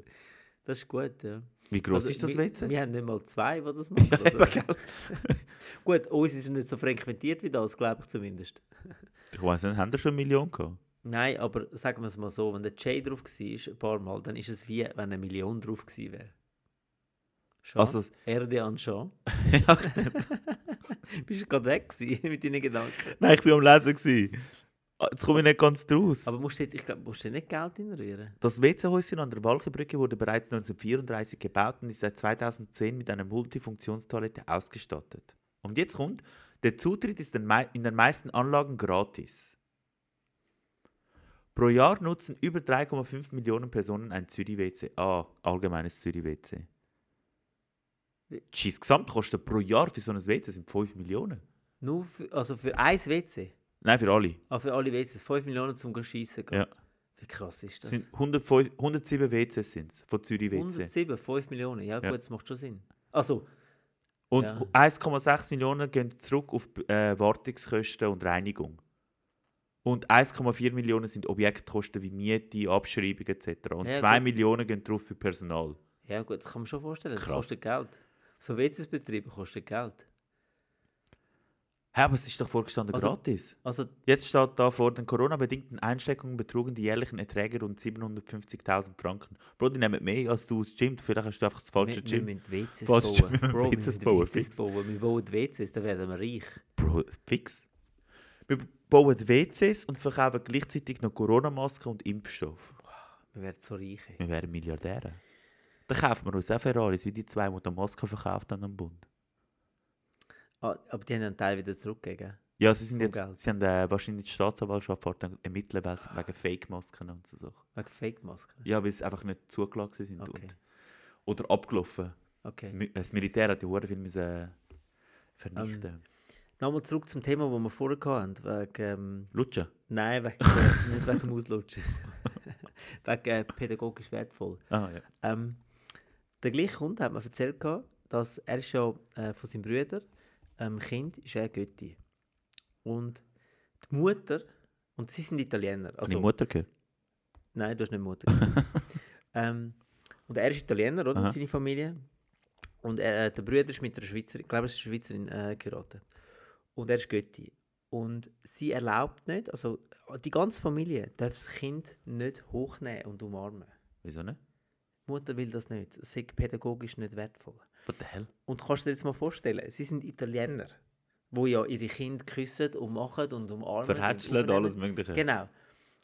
B: Das ist gut, ja.
A: Wie groß
B: Also,
A: ist das
B: wir,
A: WC?
B: Wir haben nicht mal zwei,
A: *laughs*
B: die das machen. Also. *laughs* gut, uns ist es nicht so frequentiert wie das, glaube ich zumindest.
A: Ich weiß nicht, haben da schon eine Million gehabt?
B: Nein, aber sagen wir es mal so, wenn der Jay drauf war, ein paar Mal, dann ist es wie, wenn eine Million drauf gewesen wäre. Schon.
A: Also, es-
B: Erde an Jean.
A: *laughs* Ja,
B: *laughs* Bist du gerade weg gewesen *laughs* mit deinen Gedanken?
A: Nein, ich war am Lesen. Gewesen. Ah, Jetzt komme ich nicht ganz draus.
B: Aber musst du, dort- ich glaube, musst du dort nicht Geld hinrühren.
A: Das WC-Häuschen an der Walchenbrücke wurde bereits 1934 gebaut und ist seit 2010 mit einer Multifunktionstoilette ausgestattet. Und jetzt kommt, der Zutritt ist den mei- in den meisten Anlagen gratis. Pro Jahr nutzen über 3,5 Millionen Personen ein Zürich-WC. Ah, allgemeines Zürich-WC.
B: Wie-
A: Scheiss, Gesamtkosten pro Jahr für so ein WC sind 5 Millionen.
B: Nur für, also für ein WC.
A: Nein, für alle.
B: Ah, für alle WCs. 5 Millionen zum Schiessen gehen.
A: Ja.
B: Wie krass ist
A: Es
B: das?
A: sind 105, 107 WCs sind es von Zürich-WC.
B: 107, 5 Millionen. Ja,
A: Ja.
B: gut, das macht schon Sinn. Also,
A: Und
B: Ja.
A: 1,6 Millionen gehen zurück auf äh, Wartungskosten und Reinigung. Und 1,4 Millionen sind Objektkosten wie Miete, Abschreibung etc. Und
B: Ja,
A: 2
B: gut.
A: Millionen gehen drauf für Personal.
B: ja gut, das kann man schon vorstellen. Das
A: Krass.
B: kostet Geld. So WCs betreiben kostet Geld.
A: Hä, aber es ist doch vorgestanden
B: Also-
A: gratis.
B: Also,
A: Jetzt steht da vor den Corona-bedingten Einschränkungen betrugen die jährlichen Erträge rund 750.000 Franken. Bro, die nehmen mehr als du aus Gym. Vielleicht hast du einfach das
B: wir,
A: falsche
B: wir
A: Gym.
B: müssen WCs
A: Falsches
B: bauen.
A: Gym, wir
B: Bro, wir
A: müssen
B: müssen
A: WCs bauen,
B: WCs
A: fix.
B: bauen. Wir bauen WCs, dann werden wir reich.
A: Bro, fix. Wir bauen WCs und verkaufen gleichzeitig noch Corona-Masken und Impfstoff.
B: Wir werden so reich. ey.
A: Wir wären Milliardäre. Dann kaufen wir uns auch Ferraris, wie die zwei, die die Maske verkauft haben am Bund.
B: Ah, aber die haben einen Teil wieder zurückgegeben.
A: Ja, sie sind
B: Vom
A: jetzt,
B: Geld.
A: sie haben äh, wahrscheinlich die Staatsanwaltschaft vor den ermitteln weil- wegen Fake-Masken und so Sachen.
B: Wegen Fake-Masken.
A: Ja, weil sie einfach nicht zugelassen sind
B: Okay.
A: und, oder abgelaufen.
B: Okay.
A: Mi- Das Militär hat die Hure viel müssen äh, vernichten.
B: Nochmal zurück zum Thema, das wir vorher hatten. Wegen, ähm,
A: Lutschen.
B: nein, wegen, äh, *laughs* nicht wegen dem Auslutschen. wegen äh, pädagogisch wertvoll.
A: Ah, ja.
B: Ähm, der gleiche Kunde hat mir erzählt, gehabt, dass er ist ja äh, von seinem Bruder, ähm, Kind, ist er Götti. Und die Mutter, und sie sind Italiener.
A: Also,
B: Also,
A: Meine Mutter gehört.
B: nein, du hast nicht Mutter.
A: *laughs*
B: gesagt. ähm, und er ist Italiener, oder?
A: Aha.
B: Seine Familie. Und er, äh, der Bruder ist mit einer Schweizerin, ich glaube, es ist eine Schweizerin, äh, geheiratet. Und er ist Götti. Und sie erlaubt nicht, also die ganze Familie darf das Kind nicht hochnehmen und umarmen.
A: Wieso nicht?
B: Die Mutter will das nicht. Das ist pädagogisch nicht wertvoll.
A: What the hell?
B: Und kannst du dir jetzt mal vorstellen, sie sind Italiener, wo ja ihre Kinder küssen und machen und umarmen. und
A: Verhätscheln,
B: aufnehmen.
A: alles Mögliche.
B: Genau.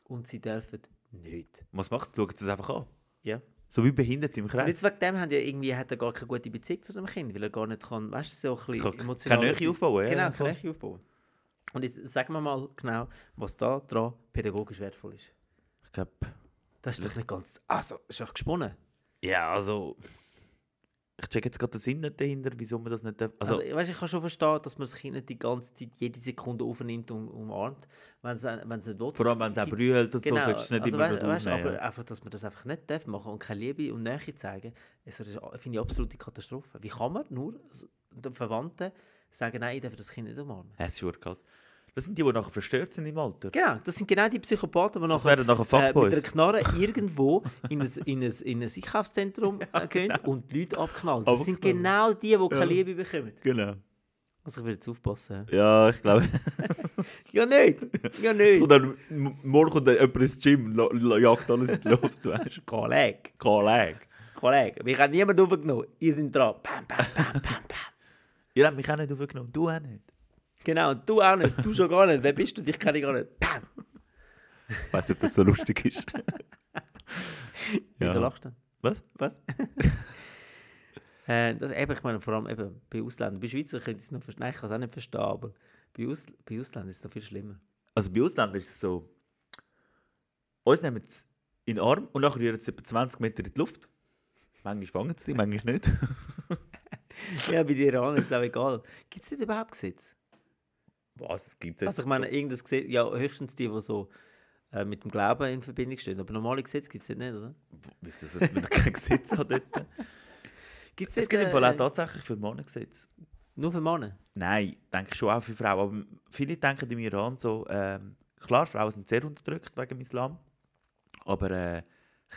B: Und sie dürfen nicht.
A: Was macht es? Schaut es einfach an.
B: Ja.
A: So wie behindert im
B: Und
A: Kreis.
B: jetzt wegen dem hat er irgendwie hat er gar keine gute Beziehung zu dem Kind, weil er gar nicht kann, weißt du, so ein bisschen
A: Kann-
B: emotional.
A: keine Nähe aufbauen, ja,
B: Genau,
A: ja, voll.
B: keine Nähe aufbauen. Und jetzt sagen wir mal genau, was da dran pädagogisch wertvoll ist.
A: Ich glaub,
B: Das ist doch nicht ganz. Also, ist doch gesponnen.
A: Ja, also. Ich check jetzt gerade den Sinn nicht dahinter, wieso man das nicht darf. Also,
B: Also, weißt, ich kann schon verstehen, dass man das Kind nicht die ganze Zeit, jede Sekunde aufnimmt und umarmt, wenn es wenn es nicht will.
A: vor allem, wenn es auch brüllt und so, solltest du es nicht immer
B: Genau. Also weißt,
A: gerade
B: weißt,
A: aufnehmen.
B: aber einfach, dass man das einfach nicht darf machen und keine Liebe und Nähe zeigen, also das ist- finde ich absolute Katastrophe. Wie kann man nur den Verwandten sagen, nein, ich darf das Kind nicht umarmen?
A: Ja, das ist schon krass. Das sind die, die nachher verstört sind im Alter.
B: Genau, das sind genau die Psychopathen, die
A: Das
B: nachher
A: wären nachher
B: äh, mit
A: Fuckboys. *laughs*
B: einer Knarre irgendwo in ein, in ein, in ein Einkaufszentrum äh, gehen und die Leute abknallen. Das sind
A: genau. Abknallen.
B: genau die, die
A: Ja.
B: keine Liebe bekommen.
A: genau.
B: Also ich will jetzt aufpassen.
A: Ja, ich *laughs* glaube.
B: Ja nicht, *laughs* ja nicht.
A: Und dann m- morgen kommt dann jemand ins Gym, la- la- jagt alles in die Luft, *laughs* weißt du?
B: Kollege,
A: Kollege.
B: Kollege, mich hat niemand aufgenommen. Ihr seid dran. Bam, bam, bam, bam, bam.
A: Ihr habt mich auch nicht aufgenommen, du auch nicht.
B: Genau, und du auch nicht. Du schon gar nicht. Wer bist du? Dich kenne ich gar nicht. Bam.
A: Ich weiß nicht, ob das so lustig ist. *laughs*
B: Wieso
A: Ja.
B: lachst du? denn?
A: Was?
B: Was? äh, das, eben, ich meine, vor allem eben, bei Ausländern. Bei Schweizer könnte ich es noch verstehen. Nein, ich kann es auch nicht verstehen, aber bei, Aus bei Ausländern ist es noch viel schlimmer. *laughs*
A: Also bei Ausländern ist es so, uns nehmen sie in den Arm und nachher rühren sie etwa 20 Meter in die Luft. Manchmal fangen sie die, manchmal
B: *laughs*
A: nicht.
B: Ja, bei den Iranern ist es auch egal. Gibt es nicht überhaupt Gesetze?
A: Was? Es Gibt
B: Also ich meine, irgendein Gesetz, ja, höchstens die, die so äh, mit dem Glauben in Verbindung stehen. Aber normale Gesetze gibt es nicht, oder?
A: Wieso sollte man da kein Gesetz haben dort?
B: *laughs* Gibt's
A: Es
B: nicht,
A: gibt im Fall
B: äh,
A: auch tatsächlich für Männer Gesetz.
B: Nur für Männer?
A: Nein, denke ich schon auch für Frauen. Aber m- viele denken im Iran so, ähm, klar, Frauen sind sehr unterdrückt wegen dem Islam, aber äh,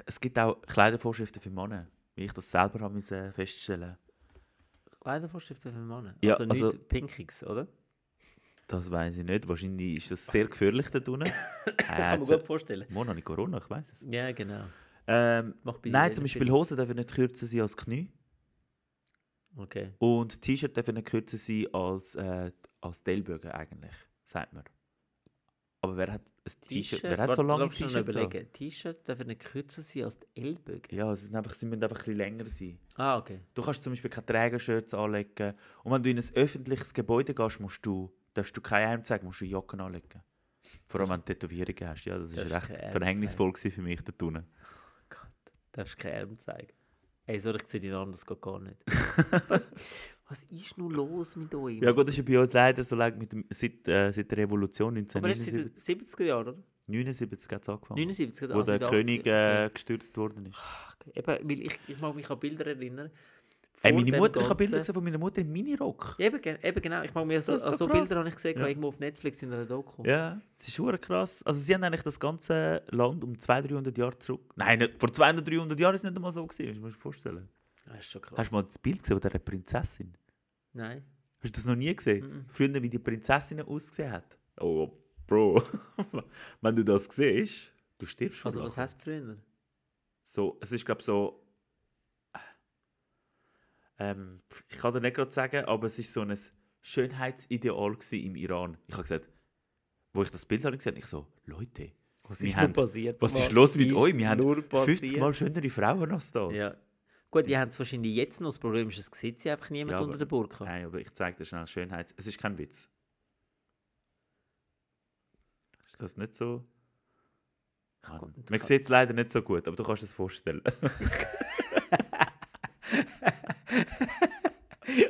A: es gibt auch Kleidervorschriften für Männer, wie ich das selber habe müssen feststellen
B: Kleidervorschriften für Männer?
A: Ja,
B: also nicht
A: also-
B: Pinkies, oder?
A: Das weiß ich nicht, wahrscheinlich ist das sehr gefährlich da
B: *laughs*
A: drinnen.
B: Kann
A: Äh,
B: man
A: jetzt-
B: gut vorstellen.
A: Morgen habe ich Corona, ich weiß es.
B: Ja, genau.
A: Ähm,
B: Macht bei
A: nein,
B: dir
A: zum
B: nicht
A: Beispiel Hosen dürfen nicht kürzer sein als Knie
B: Sinn. Okay.
A: und T-Shirt dürfen nicht kürzer sein als, äh, als Dellbögen eigentlich, sagt man. Aber wer hat ein T-Shirt? Wer hat so
B: warte,
A: lange
B: lass mich noch
A: T-Shirts? an?
B: überlegen. T-Shirt darf nicht kürzer sein als die Ellbogen.
A: Ja, es sind einfach, sie müssen einfach ein bisschen länger sein.
B: Ah, okay.
A: Du kannst zum Beispiel keine Trägershirts anlegen. Und wenn du in ein öffentliches Gebäude gehst, musst du, darfst du keinen Helm zeigen, musst du Jacken anlegen. Vor allem, wenn du Tätowierungen hast. Ja, das
B: Darfst
A: war recht
B: keinen Helm
A: verhängnisvoll gewesen für mich da drinnen.
B: Darfst keine Arme zeigen. Ey, so, ich sehe deinen Arm, das geht gar nicht.
A: *laughs*
B: was, was ist nun los mit euch?
A: Ja gut, das ist ja bei uns leider so lange mit dem, seit, äh, seit der Revolution
B: Aber erst seit den
A: 1979
B: 70er Jahren, oder? also
A: 79 hat's angefangen.
B: 79,
A: Wo der
B: in den
A: König
B: 80er.
A: äh, gestürzt worden ist.
B: Okay. Eben, weil ich, ich mag mich an Bilder erinnern.
A: Ey,
B: vor
A: meine
B: dem
A: Mutter, ich habe
B: Ganzen.
A: Bilder gesehen von meiner Mutter im Minirock.
B: Ja, Eben, gen- eben genau, ich mag mir so,
A: Das ist
B: an
A: so
B: so
A: krass.
B: Bilder habe ich gesehen,
A: Ja.
B: irgendwo auf Netflix in einer Doku.
A: Ja, das ist schon krass. Also sie haben eigentlich das ganze Land um 200, 300 Jahre zurück. Nein, nicht, vor 200, 300 Jahren ist es nicht einmal so gewesen. Das musst du dir vorstellen.
B: Das Ah, ist schon krass.
A: Hast du mal das Bild gesehen von dieser Prinzessin?
B: Nein.
A: Hast du das noch nie gesehen?
B: Mhm.
A: Früher, wie die Prinzessin ausgesehen hat. Oh, Bro. *laughs* Wenn du das siehst, du stirbst vor
B: Also was
A: Lachen.
B: heißt früher?
A: So, es ist, glaube ich, so... Ähm, ich kann dir nicht gerade sagen, aber es ist so ein Schönheitsideal gewesen im Iran. Ich habe gesagt, wo ich das Bild habe gesehen, ich so, Leute,
B: Was
A: Wir
B: ist
A: haben-
B: nur passiert?
A: was ist los mit euch? Wir haben
B: nur
A: 50
B: passiert?
A: Mal schönere Frauen als das.
B: Ja. Gut, die haben es wahrscheinlich jetzt noch. Das Problem ist, es sieht sie einfach niemand
A: Ja, aber-
B: unter der Burka.
A: Nein, aber ich zeige dir schnell Schönheits... Es ist kein Witz. Ist das nicht so? Mann,
B: Gott,
A: man
B: kann-
A: sieht es leider nicht so gut, aber du kannst es vorstellen.
B: *laughs*
A: *laughs*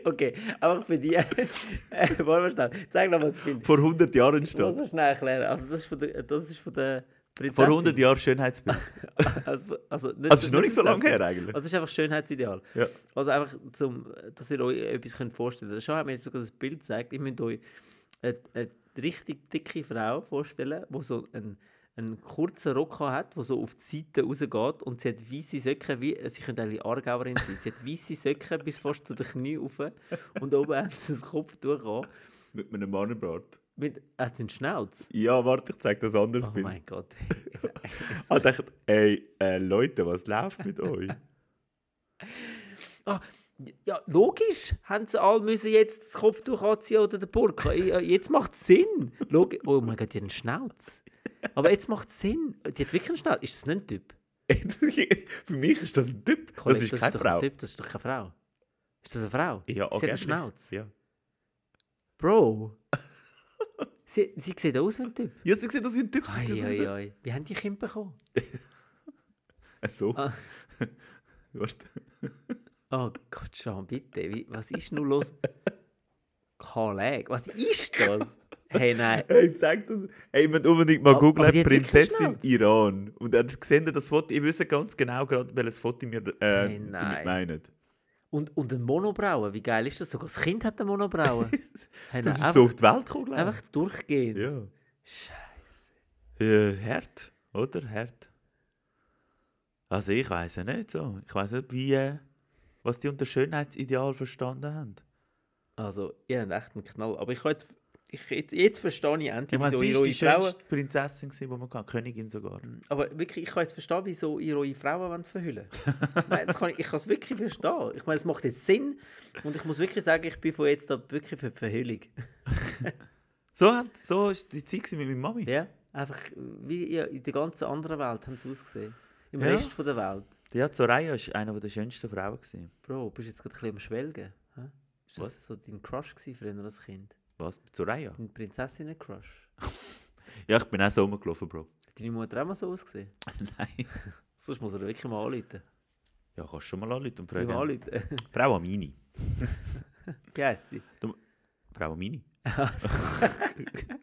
B: Okay, aber für die... *laughs* Äh, Warte mal schnell. Zeig noch mal das Bild.
A: Vor 100 Jahren
B: Ich muss
A: entstanden.
B: das schnell erklären. Also das ist von der, das ist von der Prinzessin.
A: Vor 100 Jahren Schönheitsbild.
B: *laughs* Also, also, nicht,
A: Also es ist noch nicht so lange
B: Prinzessin.
A: her eigentlich.
B: Also es ist einfach Schönheitsideal.
A: Ja.
B: Also einfach, zum, dass ihr euch etwas könnt vorstellen könnt. Schon haben wir jetzt sogar das Bild gezeigt. Ich müsst euch eine, eine richtig dicke Frau vorstellen, die so einen, einen kurzen Rock hat, der so auf die Seite rausgeht und sie hat weiße Socken, wie, sie könnte eigentlich Aargauerin sein, sie hat weiße Socken bis fast zu den Knien rauf und oben hat sie das Kopftuch an.
A: Mit einem Mannenbart.
B: Mit, hat sie einen Schnauz?
A: Ja, warte, ich zeige das anderes
B: Oh
A: Bild.
B: mein
A: *laughs*
B: Gott. *laughs*
A: Ah, Ich dachte, ey, äh, Leute, was läuft
B: *laughs*
A: mit euch? *laughs*
B: Ah, ja, logisch haben sie alle müssen jetzt das Kopftuch anziehen oder den Burka. Ich- äh, Jetzt macht es Sinn. Logi oh mein Gott, die hat einen Schnauz. Aber jetzt macht es Sinn. Die hat wirklich einen Schnauz. Ist das nicht ein Typ?
A: Für mich ist das ein Typ.
B: Kollege,
A: das ist keine
B: doch
A: Frau.
B: Ein typ, das ist doch keine Frau. Ist das eine Frau?
A: Ja,
B: sie hat einen
A: angeblich.
B: Schnauz.
A: Ja.
B: Bro. sie, sie sieht aus wie ein Typ.
A: ja, sie sieht aus wie ein Typ. *laughs* sie
B: Ei,
A: sieht aus wie ein
B: ei,
A: Typ.
B: ei. Wie haben die Kinder bekommen?
A: Ach so.
B: Ah.
A: *laughs* Warte.
B: Oh Gott, Jean, bitte, wie, was ist nun
A: *laughs*
B: los? Kollege, was ist das? Hey, nein.
A: Hey, sag das. Hey, man unbedingt mal
B: Aber- aber die
A: googeln,
B: hat wirklich
A: Prinzessin
B: Schnauze.
A: Iran. Und er seht ihr das Foto, ich wüsste ganz genau gerade, welches Foto wir äh,
B: Hey, nein.
A: damit meinen.
B: Und, und ein Monobrauen, wie geil ist das? Sogar das Kind hat eine
A: *laughs*
B: Monobrauen. Hey,
A: Das
B: nein,
A: ist so auf die Welt gekommen, glaub ich.
B: einfach durchgehend.
A: Ja.
B: Scheiße.
A: ja. Hart, oder? Hart. Also ich weiß ja nicht so. Ich weiß nicht, wie, äh, was die unter Schönheitsideal verstanden haben.
B: Also, ihr habt echt einen Knall. Aber ich kann jetzt, ich, jetzt, jetzt verstehe ich
A: Ich
B: endlich,
A: meine,
B: wieso
A: sie
B: ihr
A: war die
B: eure Frauen... Mhm.
A: schönste Prinzessin, gewesen, die man kann. Königin sogar.
B: Aber wirklich, ich kann jetzt verstehen, wieso ihr eure Frauen
A: *laughs*
B: wollt verhüllen Nein, das kann ich, ich kann es wirklich verstehen. Ich meine, es macht jetzt Sinn. Und ich muss wirklich sagen, ich bin von jetzt ab wirklich für die Verhüllung.
A: So hat, so ist die Zeit gewesen mit meiner Mami.
B: Ja, einfach wie in- in der ganzen anderen Welt haben sie ausgesehen. Im
A: Ja.
B: Rest von der Welt.
A: Ja, Soraya war eine der schönsten Frauen. Gewesen.
B: Bro, bist du jetzt gerade ein bisschen am Schwelgen? hä? Ist das so dein Crush gewesen früher als Kind?
A: Was? Soraya?
B: Dein Prinzessinnen-Crush?
A: *laughs* Ja, ich bin auch so rumgelaufen, Bro.
B: Hat deine Mutter auch mal so ausgesehen?
A: *laughs* Nein.
B: Sonst muss er wirklich mal anrufen.
A: Ja, kannst schon mal anrufen und
B: Ich mal
A: fragen.
B: anrufen. *laughs*
A: Frau Amini.
B: Piazzi.
A: Frau Amini.
B: *laughs*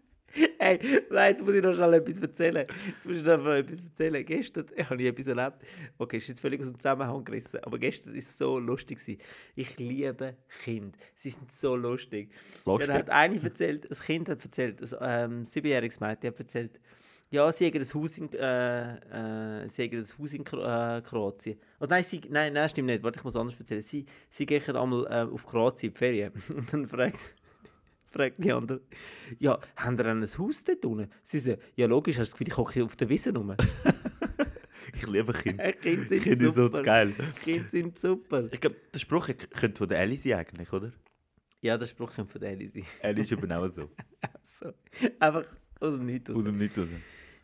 B: Hey, nein, jetzt muss ich noch schnell etwas erzählen. Jetzt muss ich noch mal etwas erzählen. Gestern habe ich etwas erlebt. Okay, ist jetzt völlig aus dem Zusammenhang gerissen. Aber gestern war es so lustig. gewesen. Ich liebe Kinder. Sie sind so lustig.
A: Lustig.
B: Dann hat eine erzählt, ein Kind hat erzählt, ein ähm, siebenjähriges Mädchen hat erzählt, ja, sie haben ein Haus in, äh, äh, sie haben ein Haus in Kro äh, Kroatien. Also nein, sie, nein, nein, stimmt nicht. Warte, ich muss anders erzählen. Sie, sie gehen einmal äh, auf Kroatien in die Ferien. *laughs* Und dann fragt, fragt die andere, ja, haben ihr denn ein Haus dort unten? Sie sagen, ja logisch, hast du das Gefühl, ich hocke auf der Wiese rum.
A: *laughs*
B: *laughs*
A: Ich liebe Kinder. *laughs*
B: Äh, Kinder sind
A: Kinder sind
B: super.
A: so geil.
B: Kinder sind super.
A: Ich glaube, der Spruch k- könnte von der Ellie sein eigentlich, oder?
B: Ja, der Spruch kommt von der *laughs* Elise.
A: Ellie ist eben auch *laughs* so.
B: So. Einfach aus dem Nichts.
A: Aus dem Nichts raus.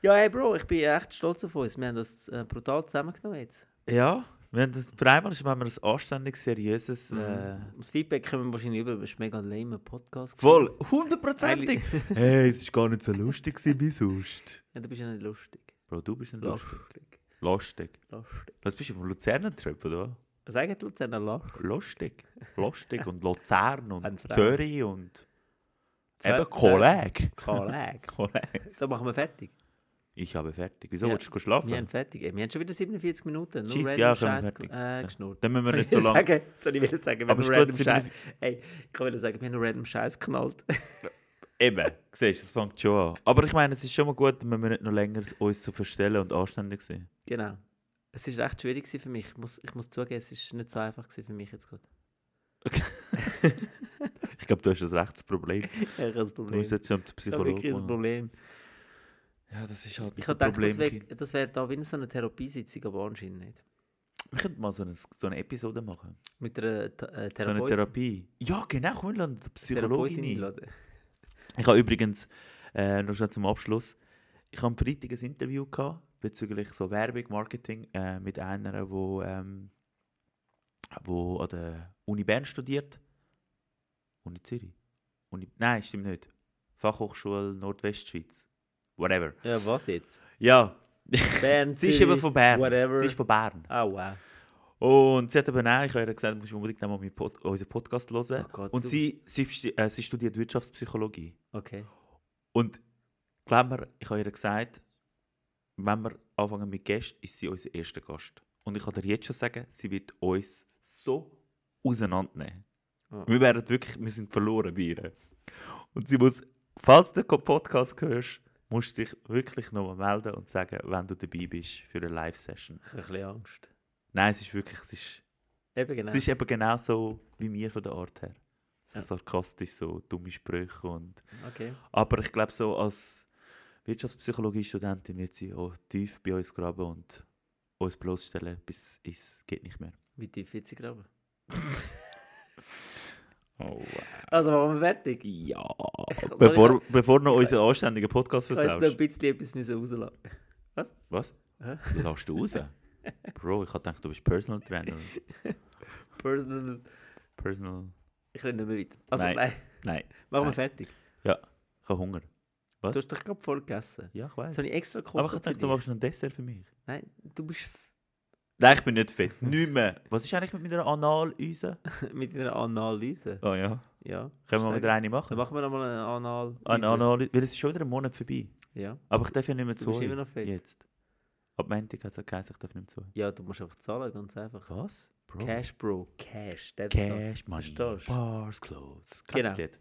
B: Ja, hey Bro, ich bin echt stolz auf uns. Wir haben das äh, brutal zusammengenommen jetzt.
A: Ja, wir haben das, für einmal ist- haben wir ein anständig seriöses... Äh,
B: Das Feedback kommen wir wahrscheinlich über, aber es ist mega lame ein Podcast. *laughs*
A: voll, hundertprozentig. hey, es war gar nicht so lustig gewesen wie sonst.
B: Ja, du bist ja nicht lustig.
A: Bro, du bist nicht lustig.
B: Lustig.
A: Lustig.
B: Lustig.
A: Was bist du, vom Luzernentrip, oder was?
B: Sagen die
A: *laughs*
B: Luzerner Lach.
A: Lustig. Lustig und Luzern
B: Ein
A: und
B: Frau.
A: Zürich und...
B: Zwei-
A: Eben Kollege.
B: Kollege.
A: Kollege.
B: So machen wir fertig.
A: Ich habe fertig. Wieso
B: Ja.
A: willst du gehen schlafen?
B: Wir haben fertig. Ey, Wir haben schon wieder 47 Minuten. Nur
A: Scheiss,
B: random
A: ja, können wir
B: Scheiß
A: fertig.
B: äh, geschnurrt.
A: Dann müssen wir
B: Soll
A: nicht
B: ich
A: so lange...
B: Sagen, soll ich wieder sagen, wir
A: Aber
B: haben
A: es
B: random
A: geht
B: Scheiß. Ey, ich kann wieder sagen, wir haben nur random Scheiß geknallt.
A: Eben, siehst du, das fängt schon an. Aber ich meine, es ist schon mal gut, wenn wir nicht noch länger uns so verstellen und anständig sind.
B: *laughs* genau. Es war echt schwierig gewesen für mich. Ich muss, ich muss zugeben, es war nicht so einfach gewesen für mich jetzt gerade. *laughs*
A: Ich glaube, du hast ein Rechtsproblem.
B: Ich habe ein
A: Du
B: Problem.
A: musst jetzt schon zum
B: Ich habe
A: Psychologen.
B: wirklich ein
A: gehen.
B: Problem.
A: Ja, das ist halt
B: Ich
A: ein
B: habe gedacht, das
A: Problem.
B: wäre
A: Kind.
B: das wär da wie so eine Therapiesitzung, aber anscheinend nicht.
A: Wir könnten mal so eine, so eine Episode machen.
B: Mit einer Th äh,
A: So eine
B: Therapeut
A: Therapie. Ja, genau, komm, wir lassen die Psychologin
B: Therapeutin
A: ein.
B: einladen.
A: Ich habe übrigens, äh, noch schnell zum Abschluss, ich habe am Freitag ein Interview gehabt, bezüglich so Werbung, Marketing, äh, mit einer, wo, ähm, wo an der Uni Bern studiert. Uni Zürich? Uni, nein, stimmt nicht. Fachhochschule Nordwestschweiz. Whatever.
B: Ja, was jetzt?
A: Ja, *laughs*
B: Bern,
A: sie ist
B: Zürich,
A: eben von Bern.
B: Whatever.
A: Sie ist von Bern.
B: Ah, wow.
A: Und sie hat eben auch, ich habe ihr gesagt, du musst unbedingt einmal meinen Pod unseren Podcast hören.
B: Oh Gott,
A: Und
B: du-
A: sie, sie, stu- äh, sie studiert Wirtschaftspsychologie.
B: Okay.
A: Und glaub mir, ich habe ihr gesagt, wenn wir anfangen mit Gästen, ist sie unser erster Gast. Und ich kann dir jetzt schon sagen, sie wird uns so auseinandernehmen.
B: Oh.
A: Wir werden wirklich, wir sind verloren bei ihr. Und sie muss, falls du den Podcast hörst, musst du dich wirklich nochmal melden und sagen, wenn du dabei bist für eine Live-Session.
B: Ich habe ein bisschen Angst.
A: Nein, es ist wirklich, es ist,
B: Eben genau.
A: es ist eben genau so wie wir von der Art her. So
B: Ja.
A: sarkastisch, so dumme Sprüche und
B: Okay.
A: aber ich glaube, so als Wirtschaftspsychologie-Studentin wird sie auch tief bei uns graben und uns bloßstellen, bis es geht nicht mehr.
B: Wie tief wird sie graben?
A: Oh,
B: Also machen wir fertig.
A: Ja.
B: Soll
A: Bevor, bevor noch unser anständiger Podcast
B: Ich habe jetzt noch ein
A: versaust.
B: bisschen etwas müssen rauslassen.
A: Was?
B: Hä?
A: Lass du raus? Bro, ich hab gedacht, du bist Personal Trainer.
B: Personal.
A: Personal...
B: Ich rede nicht mehr weiter. Also nein,
A: Nein. Nein,
B: machen wir
A: Nein.
B: fertig.
A: ich habe Hunger. Was?
B: Du hast dich gerade vorgegessen.
A: Ja, ich
B: Jetzt
A: weiß. Ah,
B: habe ich extra gekocht
A: Aber ich
B: für
A: hab gedacht, du
B: dich.
A: machst noch ein Dessert für mich.
B: Nein, du bist. f- *laughs*
A: Nein, ich bin nicht *laughs* fit. Nicht mehr. Was ist eigentlich mit meiner Analyse?
B: Mit einer Analyse.
A: Oh ja.
B: Ja.
A: Können wir mal wieder eine
B: Dann
A: machen?
B: machen wir nochmal eine Analyse.
A: Eine Analyse. Weil es ist schon wieder ein Monat vorbei.
B: Ja.
A: Aber ich darf ja nicht mehr
B: Du
A: zu.
B: bist immer noch fit.
A: Jetzt. Ab Montag hat es geheißen, ich darf nicht mehr zu.
B: ja, du musst einfach zahlen, ganz einfach.
A: Was? Bro.
B: Cash, Bro. Cash. der-
A: Oh. Cash, Money,
B: Verstehst du?
A: Bars, Clothes.
B: Genau.
A: Kennst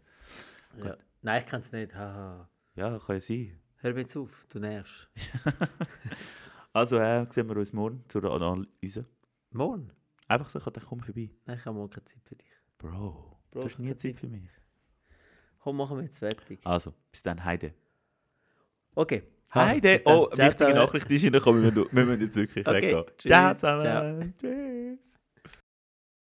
A: du das?
B: Ja. Nein, ich kann es nicht. Haha.
A: Ja, kann ja sein.
B: Hör mir jetzt auf, du nervst.
A: Also, äh, sehen wir uns morgen zur Analyse.
B: Morgen?
A: Einfach so, ich dachte, komm vorbei.
B: Nein, ich habe morgen keine Zeit für dich.
A: Bro,
B: Bro,
A: du hast
B: ich
A: nie
B: kann
A: Zeit für mich.
B: Komm, machen wir jetzt fertig.
A: Also, bis dann, Heide.
B: Okay. Also,
A: Heide!
B: bis dann.
A: Oh,
B: Ciao
A: wichtige
B: zusammen.
A: Nachricht ist reingekommen, wir müssen wir müssen jetzt wirklich
B: Okay,
A: weggehen.
B: tschüss,
A: Ciao zusammen! Tschüss!